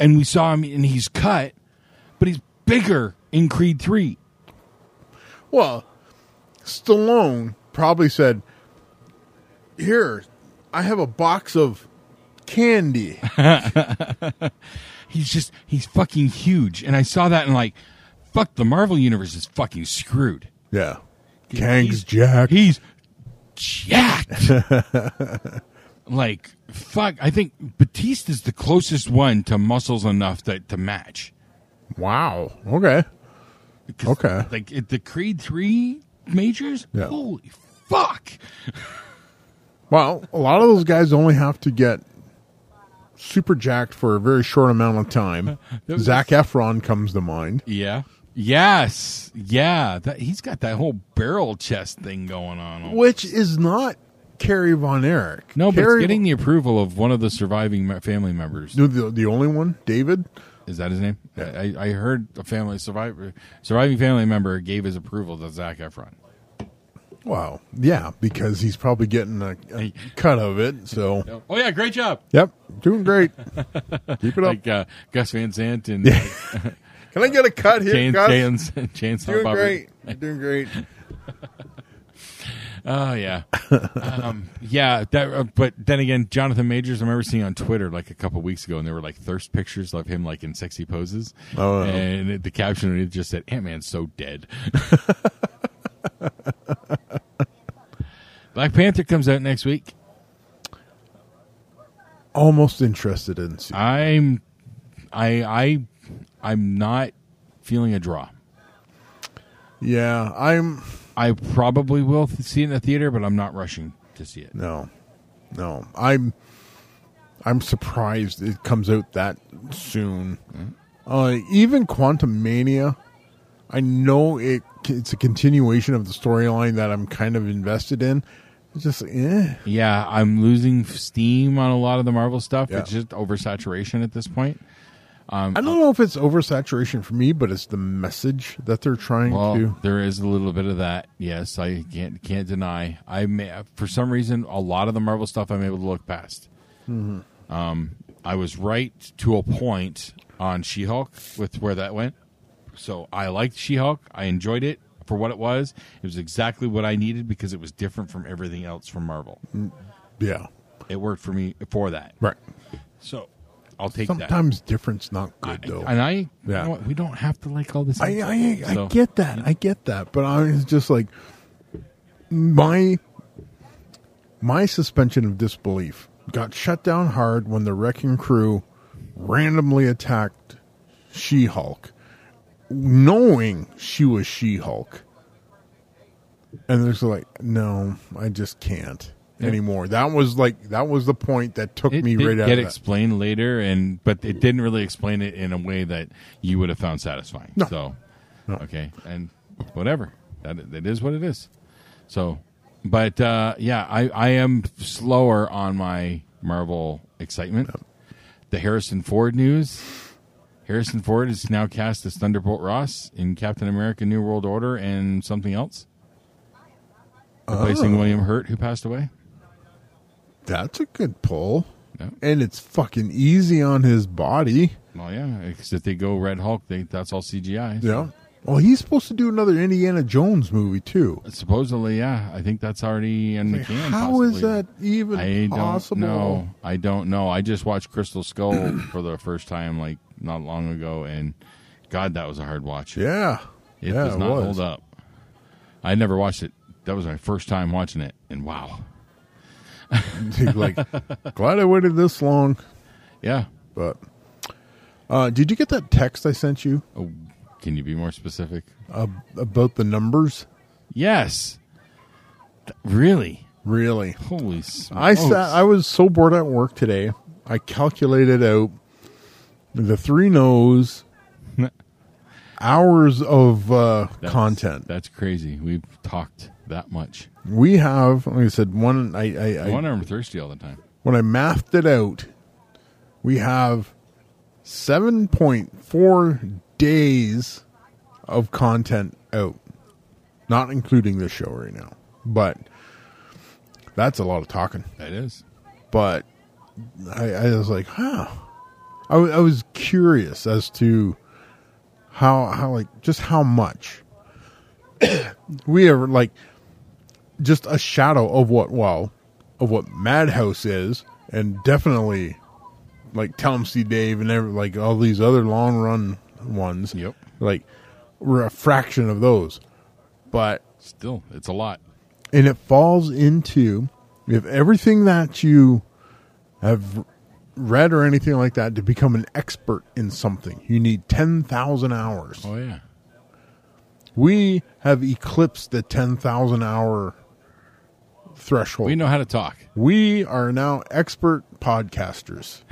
And we saw him, and he's cut, but he's bigger in Creed Three.
Well, Stallone probably said, "Here, I have a box of candy."
He's just he's fucking huge, and I saw that and like, fuck the Marvel universe is fucking screwed.
yeah. Kang's
He's-
Jack.
He's jacked. like fuck, I think Batista's the closest one to muscles enough that to match.
wow. Okay.
'Cause,
Okay.
like at the Creed three majors.
Yeah.
Holy fuck!
Well, a lot of those guys only have to get super jacked for a very short amount of time.
That was-
Zach Efron comes to mind.
Yeah. Yes. Yeah. That, he's got that whole barrel chest thing going on.
which is not Carrie Von Erich.
No, but
Carrie,
it's getting the approval of one of the surviving me- family members.
No, the the only one, David.
Is that his name? I, I heard a family survivor, surviving family member gave his approval to Zach Efron.
Wow, yeah, because he's probably getting a, a cut of it. So,
Oh yeah, great job.
yep, doing great. Keep it up.
Like uh, Gus Van Sant and
Can I get a cut here,
Jane
Gus?
Jans, Jane's
Doing great. Doing great.
Oh yeah, um, yeah. That, uh, but then again, Jonathan Majors, I remember seeing on Twitter like a couple weeks ago, and there were like thirst pictures of him like in sexy poses.
Oh, wow.
and it, the caption underneath just said, "Ant Man's so dead." Black Panther comes out next week.
Almost interested in. seeing-
I'm, I, I, I'm not feeling a draw.
yeah, I'm.
I probably will th- see it in the theater, but I'm not rushing to see it.
No, no, I'm. I'm surprised it comes out that soon. Uh, even Quantum Mania, I know it. It's a continuation of the storyline that I'm kind of invested in. It's just eh.
Yeah, I'm losing steam on a lot of the Marvel stuff.
Yeah.
It's just oversaturation at this point. Um,
I
uh,
don't know if it's oversaturation for me, but it's the message that they're trying
Well,
to.
there is a little bit of that. Yes, I can't can't deny. I may, for some reason a lot of the Marvel stuff I'm able to look past. Um, I was right to a point on She-Hulk with where that went. So I liked She-Hulk. I enjoyed it for what it was. It was exactly what I needed because it was different from everything else from Marvel.
Yeah,
It worked for me for that.
right.
So I'll take that.
Sometimes difference not good though.
And I, you
Yeah.
know what, we don't have to like all this.
I, I, I
So,
get that. I get that. But I was just like my my suspension of disbelief got shut down hard when the wrecking crew randomly attacked She-Hulk, knowing she was She-Hulk. And there's like, no, I just can't anymore. That was like that was the point that took
It
me
did
right out
get
of that.
explained later, and but it didn't really explain it in a way that you would have found satisfying.
No.
So,
No.
okay, and whatever that that is what it is. So, but uh, yeah, I I am slower on my Marvel excitement. The Harrison Ford news. Harrison Ford is now cast as Thunderbolt Ross in Captain America: New World Order and something else,
Oh.
replacing William Hurt, who passed away.
That's a good pull.
Yeah.
And it's fucking easy on his body.
Well, yeah, because if they go Red Hulk, they, that's all CGI.
Yeah. Well, he's supposed to do another Indiana Jones movie too.
Supposedly, yeah. I think that's already in the
Like,
can.
how is
possibly.
that even
I don't
possible?
know. I don't know. I just watched Crystal Skull for the first time, like not long ago, and God, that was a hard watch.
Yeah.
it
yeah,
does
it
not
was.
hold up. I never watched it. That was my first time watching it, and wow,
like, glad I waited this long.
yeah.
But uh, did you get that text I sent you
Oh, can you be more specific?
about the numbers?
Yes. Th- Really?
Really?
Holy smokes!
I sat, I was so bored at work today. I calculated out the three no's hours of uh,
That's-
content.
That's crazy. We've talked that much.
We have, like I said, one. I, I,
I
I
wonder I'm thirsty all the time.
when I mathed it out, we have 7.4 days of content out, not including this show right now. But that's a lot of talking.
That is.
But I, I was like, huh. I, wa- I was curious as to how how like just how much we are like just a shadow of what well of what Madhouse is, and definitely like Telmsy Dave and every, like all these other long run ones.
Yep.
like we're a fraction of those, but
Still, it's a lot.
and it falls into if everything that you have read or anything like that to become an expert in something you need 10,000 hours.
Oh yeah.
We have eclipsed the 10,000 hour threshold.
We know how to talk.
We are now expert podcasters.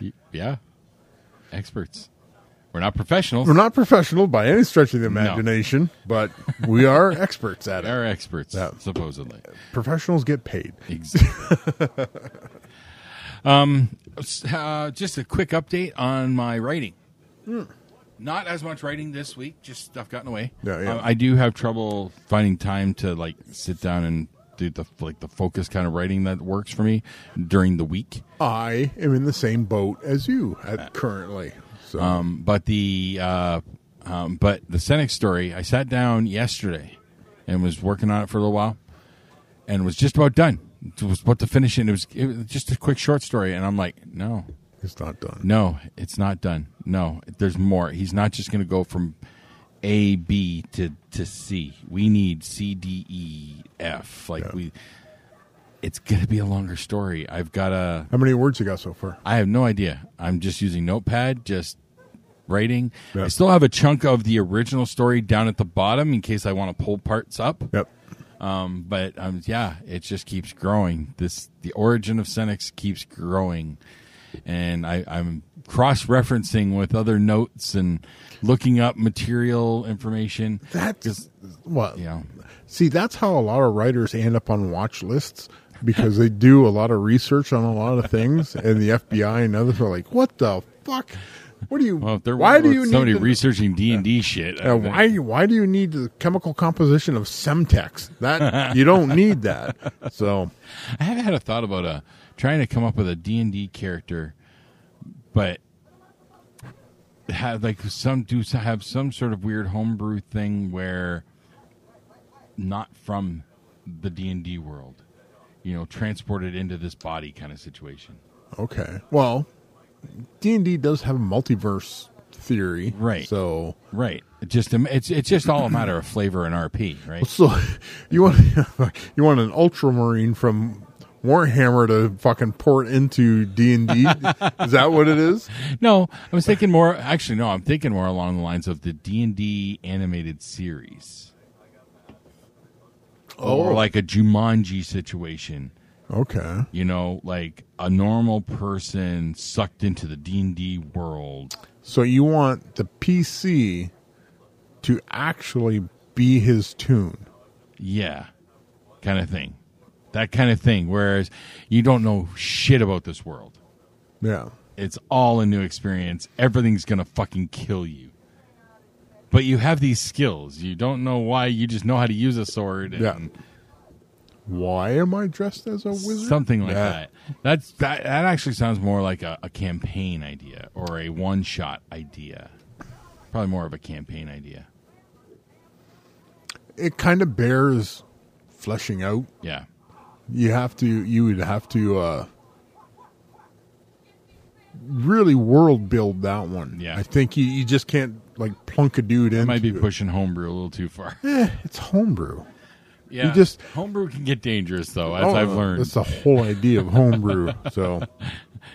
Y- Yeah. Experts. We're not professionals.
We're not professional by any stretch of the imagination, but we are experts at
We
it.
are experts, supposedly.
Professionals get paid.
Exactly. um, s- uh, just a quick update on my writing.
Hmm.
Not as much writing this week; just stuff gotten away.
Yeah, yeah.
Um, I do have trouble finding time to like sit down and do the like the focus kind of writing that works for me during the week.
I am in the same boat as you at currently. So
Uh, Um, but the uh, um, but the Senex story, I sat down yesterday and was working on it for a little while, and was just about done. It was about to finish, it, and it was, it was just a quick short story. And I'm like, no,
it's not done.
no, it's not done. No, there's more. He's not just going to go from A B to to C. We need C D E F. Like
Yeah.
we, it's going to be a longer story. I've got to.
How many words you got so far?
I have no idea. I'm just using Notepad, just writing.
Yeah.
I still have a chunk of the original story down at the bottom in case I want to pull parts up.
Yep.
Um, but um, yeah, it just keeps growing. This the origin of Senex keeps growing, and I, I'm cross referencing with other notes and looking up material information.
That's what.
you know,
See, that's how a lot of writers end up on watch lists because they do a lot of research on a lot of things, and the FBI and others are like, "What the fuck? What do you?
well, if there
why do
were
you need
somebody
to-
researching D and D shit? I
uh,
think-
why why do you need the chemical composition of Semtex? That you don't need that. So
I have had a thought about uh trying to come up with a D and D character, but have like some do s- have some sort of weird homebrew thing where not from the D and D world, you know, transported into this body kind of situation.
okay, well, D and D does have a multiverse theory,
Right.
So
Right. It just it's it's just all a matter of flavor and RP, right?
So you want you want an ultramarine from Warhammer to fucking port into D and D? Is that what it is?
No, I was thinking more. Actually, no, I'm thinking more along the lines of the D and D animated series, or like a Jumanji situation.
Okay.
You know, like a normal person sucked into the D and D world.
So you want the PC to actually be his tune?
Yeah, kind of thing. That kind of thing. Whereas you don't know shit about this world.
Yeah.
It's all a new experience. Everything's gonna fucking kill you. But you have these skills. You don't know why. You just know how to use a sword. And
Yeah. Why am I dressed as a wizard?
something like
Yeah.
that. That's that. That actually sounds more like a, a campaign idea or a one shot idea. Probably more of a campaign idea.
It kind of bears fleshing out.
Yeah,
you have to you would have to uh really world build that one
Yeah.
i think you, you just can't like plunk a dude in
might be pushing homebrew a little too far.
it's homebrew
Yeah,
just-
homebrew can get dangerous though, as
Oh,
I've learned.
that's the whole idea of homebrew so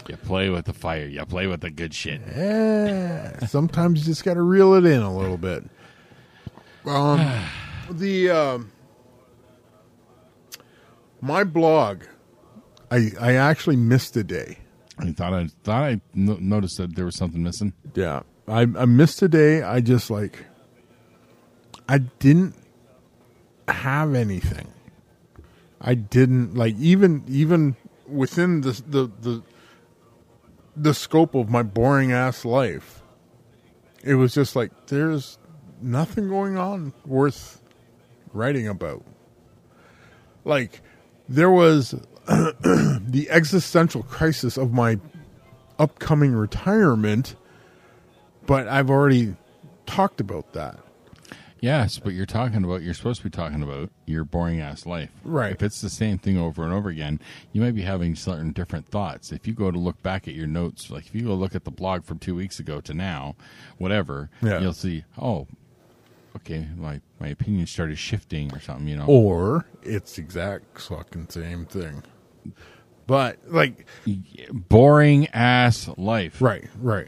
You play with the fire. You play with the good shit.
eh, sometimes you just gotta reel it in a little bit um the um my blog i i actually missed a day
I thought I thought I no- noticed that there was something missing.
Yeah. I, I missed a day. I just like, I didn't have anything. I didn't like even even within the the the, the scope of my boring ass life. It was just like there's nothing going on worth writing about. Like there was the existential crisis of my upcoming retirement, but I've already talked about that.
Yes, but you're talking about you're supposed to be talking about your boring ass life.
Right.
If it's the same thing over and over again, you might be having certain different thoughts. If you go to look back at your notes, like if you go look at the blog from two weeks ago to now, whatever,
Yeah.
you'll see, oh, okay, my my opinion started shifting or something, you know.
Oh. Or it's the exact fucking same thing. But like
Boring ass life.
right, right.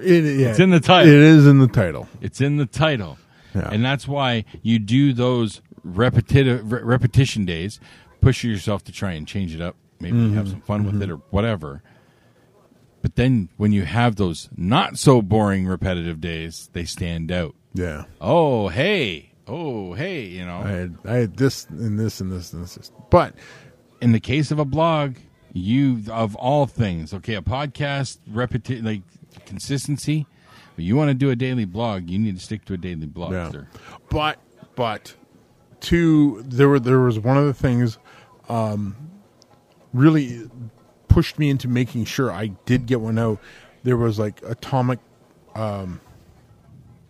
It- yeah,
It's in the title.
It is in the title.
It's in the title,
Yeah.
and that's why you do those repetitive re- repetition days. Push yourself to try and change it up. Maybe have
Mm-hmm.
some fun with it or whatever. But then when you have those not so boring repetitive days, they stand out.
Yeah.
Oh hey, oh hey, you know.
I had I had this and this and this and this. But
in the case of a blog, you of all things, okay, a podcast, repetition, like consistency. But you want to do a daily blog, you need to stick to a daily blog,
yeah.
sir.
But but two there were there was one of the things um really pushed me into making sure I did get one out. There was like atomic um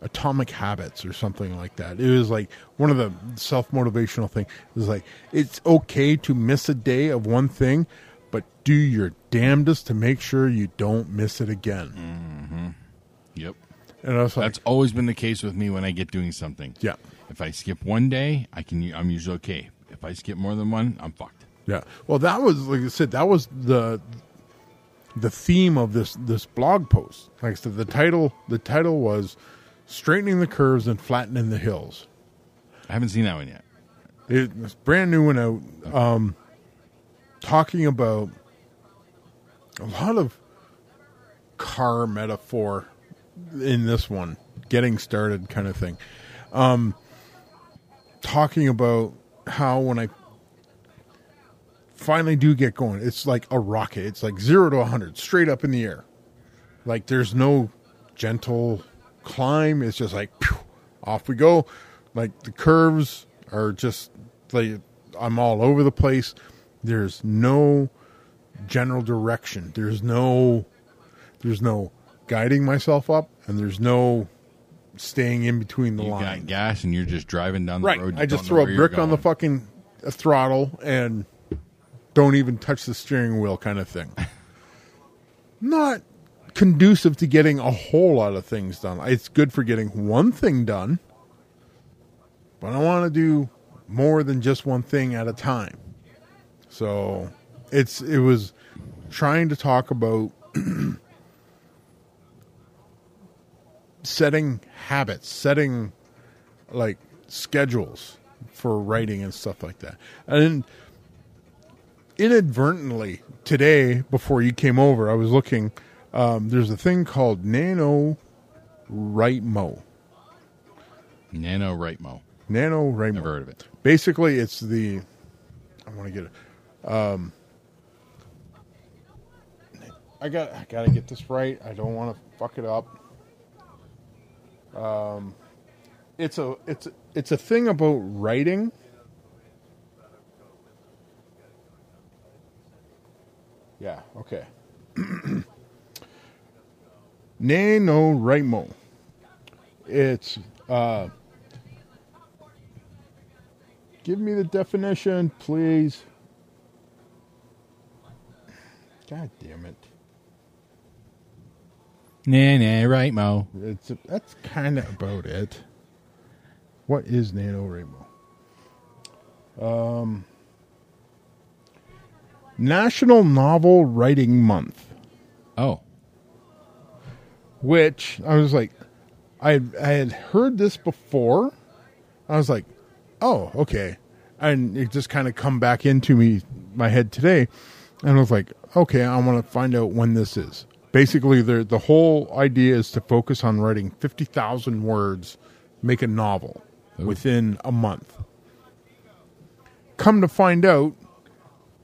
atomic habits or something like that. It was like one of the self-motivational thing. It was like it's okay to miss a day of one thing, but do your damnedest to make sure you don't miss it again.
Yep.
And I was like
That's always been the case with me when I get doing something.
Yeah.
If I skip one day, I can. I'm usually okay. If I skip more than one, I'm fucked.
Yeah. Well, that was like I said. That was the the theme of this this blog post. Like I said, the title the title was straightening the curves and flattening the hills.
I haven't seen that one yet.
It was brand new one out. Um, talking about a lot of car metaphor in this one, getting started kind of thing. Um, talking about how when I finally do get going, it's like a rocket. It's like zero to a hundred, straight up in the air. Like there's no gentle climb. It's just like phew, off we go. Like the curves are just like I'm all over the place. There's no general direction. There's no there's no guiding myself up and there's no staying in between the
You
lines
got gas, and you're just driving down the
right.
road. you
I just
don't know
throw a
where you're
brick on the
going.
fucking throttle and don't even touch the steering wheel, kind of thing. Not conducive to getting a whole lot of things done. It's good for getting one thing done, but I want to do more than just one thing at a time. So it's it was trying to talk about setting habits, setting like schedules for writing and stuff like that. And inadvertently today, before you came over, I was looking. Um, there's a thing called Nano Writemo.
Nano right mo.
Nano Writemo.
Never heard of it.
Basically, it's the I want to get it. Um, I got I got to get this right. I don't want to fuck it up. Um, it's a it's it's a thing about writing. Yeah. Okay. Nano Raimo. It's uh, Give me the definition, please. God damn it!
Nano right mo.
It's that's kind of about it. What is NaNoWriMo? Um, National Novel Writing Month,
Oh,
which I was like, I I had heard this before. I was like, oh, okay. And it just kind of come back into me my head today. And I was like, okay, I want to find out when this is. Basically, the the whole idea is to focus on writing 50,000 words, make a novel within a month. Come to find out,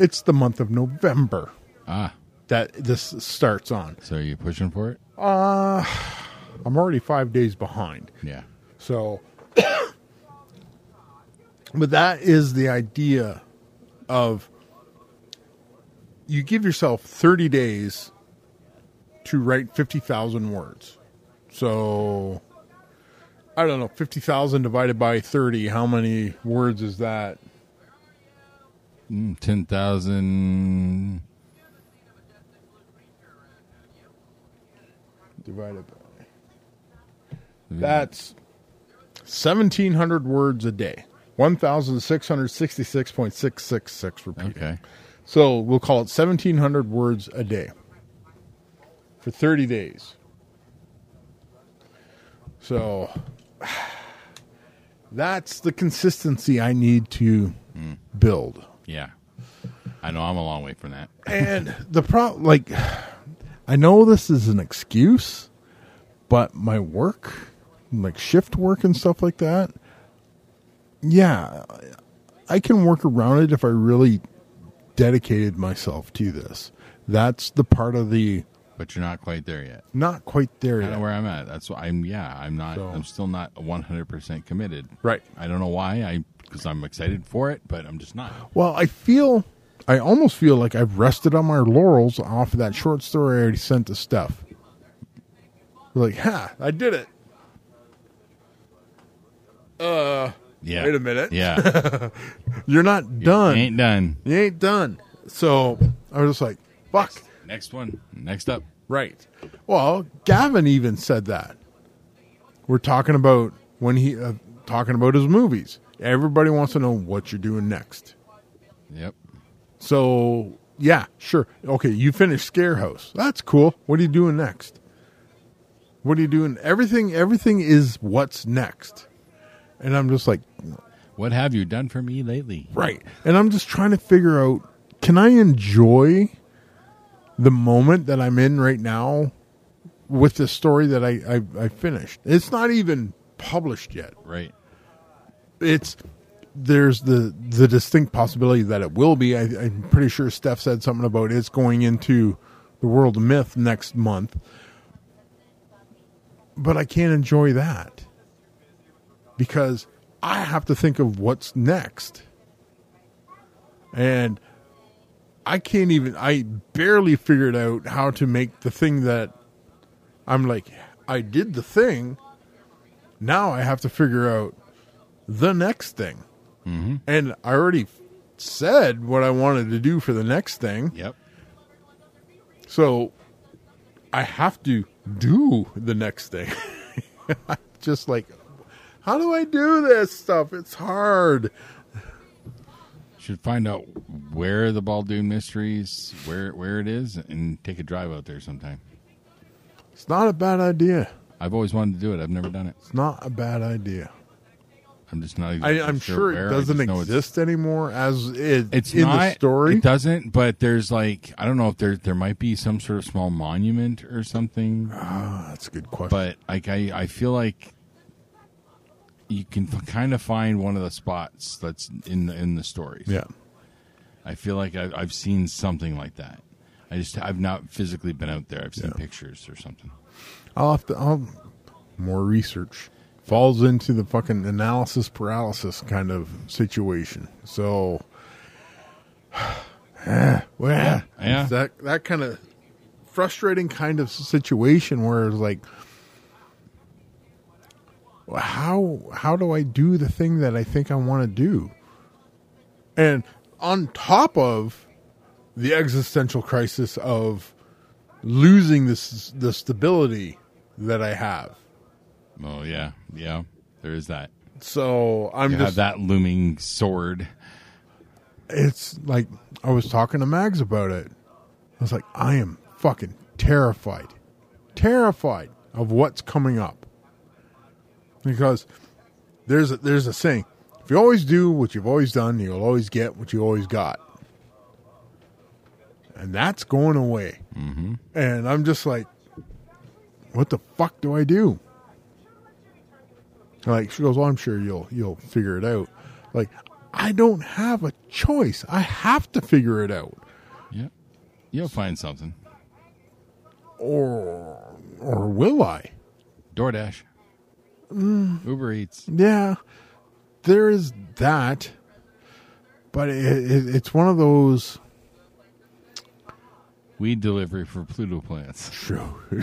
it's the month of November
ah.
that this starts on.
So are you pushing for it?
I'm already five days behind.
Yeah.
So, but that is the idea of you give yourself 30 days to write 50,000 words. So, I don't know, 50,000 divided by 30, how many words is that?
Mm, 10,000.
Divided by. That's 1,700 words a day. 1,666.666 repeating.
Okay.
So we'll call it 1,700 words a day for 30 days. So that's the consistency I need to build.
Yeah. I know I'm a long way from that.
And the problem, like, I know this is an excuse, but my work, like shift work and stuff like that, yeah, I can work around it if I really dedicated myself to this. That's the part of the
But you're not quite there yet.
not quite there
I know
yet.
where I'm at. That's why I'm. Yeah, I'm not.
So-
I'm still not 100 percent committed.
Right.
I don't know why. I because I'm excited for it, but I'm just not.
Well, I feel, I almost feel like I've rested on my laurels off of that short story I already sent to Steph. Like, ha, I did it.
Yeah.
Wait a minute.
Yeah.
You're not done.
ain't done.
You ain't done. So I was just like, fuck.
Next one. Next up.
Right. Well, Gavin even said that. We're talking about when he uh, talking about his movies. Everybody wants to know what you're doing next.
Yep.
So yeah, sure. Okay, you finished Scare House. That's cool. What are you doing next? What are you doing? Everything. Everything is what's next. And I'm just like,
What have you done for me lately?
Right. And I'm just trying to figure out can I enjoy the moment that I'm in right now with the story that I, I, I finished? It's not even published yet.
Right.
It's there's the the distinct possibility that it will be. I, I'm pretty sure Steph said something about it's going into the world of myth next month. But I can't enjoy that because I have to think of what's next. And I can't even, I barely figured out how to make the thing that I'm like, I did the thing. Now I have to figure out the next thing. And I already said what I wanted to do for the next thing.
Yep.
So I have to do the next thing. Just like, how do I do this stuff? It's hard.
Should find out where the Baldoon Mysteries, where where it is, and take a drive out there sometime.
It's not a bad idea.
I've always wanted to do it. I've never done it.
It's not a bad idea.
I'm just not.
I,
Exactly
I'm sure
where.
it
I just
doesn't
know it's-
exist anymore as it,
It's
in
not,
the story.
It doesn't, but there's like I don't know if there there might be some sort of small monument or something.
Ah, that's a good question.
But like I I feel like you can f- kind of find one of the spots that's in the in the stories.
yeah.
I feel like I, I've seen something like that. I just I've not physically been out there. I've seen
Yeah.
pictures or something.
I'll have to. I'll, more research falls into the fucking analysis paralysis kind of situation. So, eh, well,
yeah.
it's that that kind of frustrating kind of situation where it's like, well, how how do I do the thing that I think I want to do? And on top of the existential crisis of losing this the stability that I have.
Oh yeah, yeah. There is that.
So I'm
You have
just
that looming sword.
it's like I was talking to Mags about it. I was like, I am fucking terrified. Terrified of what's coming up. Because there's a there's a saying, if you always do what you've always done, you'll always get what you always got. And that's going away. Mm-hmm. And I'm just like, what the fuck do I do? Like she goes, well, I'm sure you'll you'll figure it out. Like I don't have a choice. I have to figure it out,
Yeah, you'll find something.
or or will I?
DoorDash,
Mm.
Uber Eats.
Yeah, there is that, but it, it, it's one of those.
Weed delivery for Pluto plants.
True.
You're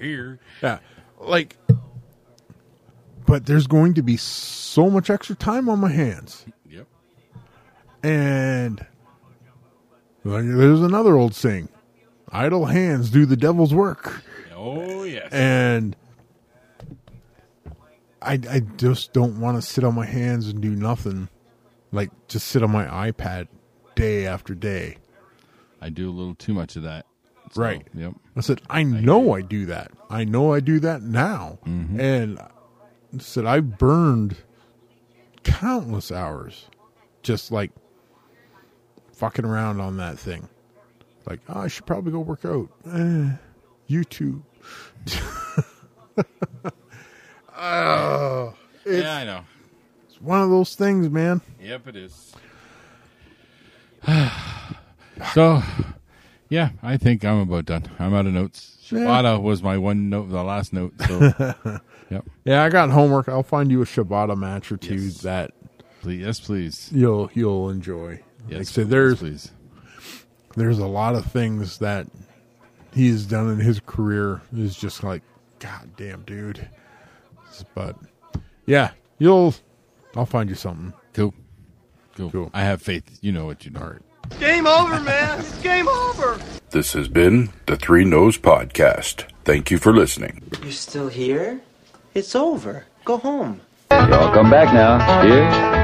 here.
Yeah, like, but there's going to be so much extra time on my hands,
Yep.
and like, there's another old saying: "Idle hands do the devil's work."
Oh yes.
and I, I just don't want to sit on my hands and do nothing, like just sit on my iPad day after day.
I do a little too much of that. So,
Right.
Yep.
I said, I know I do that. I know I do that now, and I said I've burned countless hours just like fucking around on that thing. Like oh, I should probably go work out. Eh, YouTube. Oh, it's-
yeah, I know.
one of those things, man.
Yep, it is. so, yeah, I think I'm about done. I'm out of notes.
Yeah.
Shibata was my one note, the last note. So, yep.
Yeah, I got homework. I'll find you a Shibata match or two
Yes.
that
Please, yes, please.
you'll you'll enjoy.
Yes,
like I said, there's
please.
there's a lot of things that he's done in his career is just like, God damn, dude. But yeah, you'll I'll find you something.
Cool. cool.
Cool.
I have faith. You know what you know.
All right.
Game over, man. It's game over.
This has been the Three Nose Podcast. Thank you for listening.
You're still here? It's over. Go home.
Y'all come back now. Here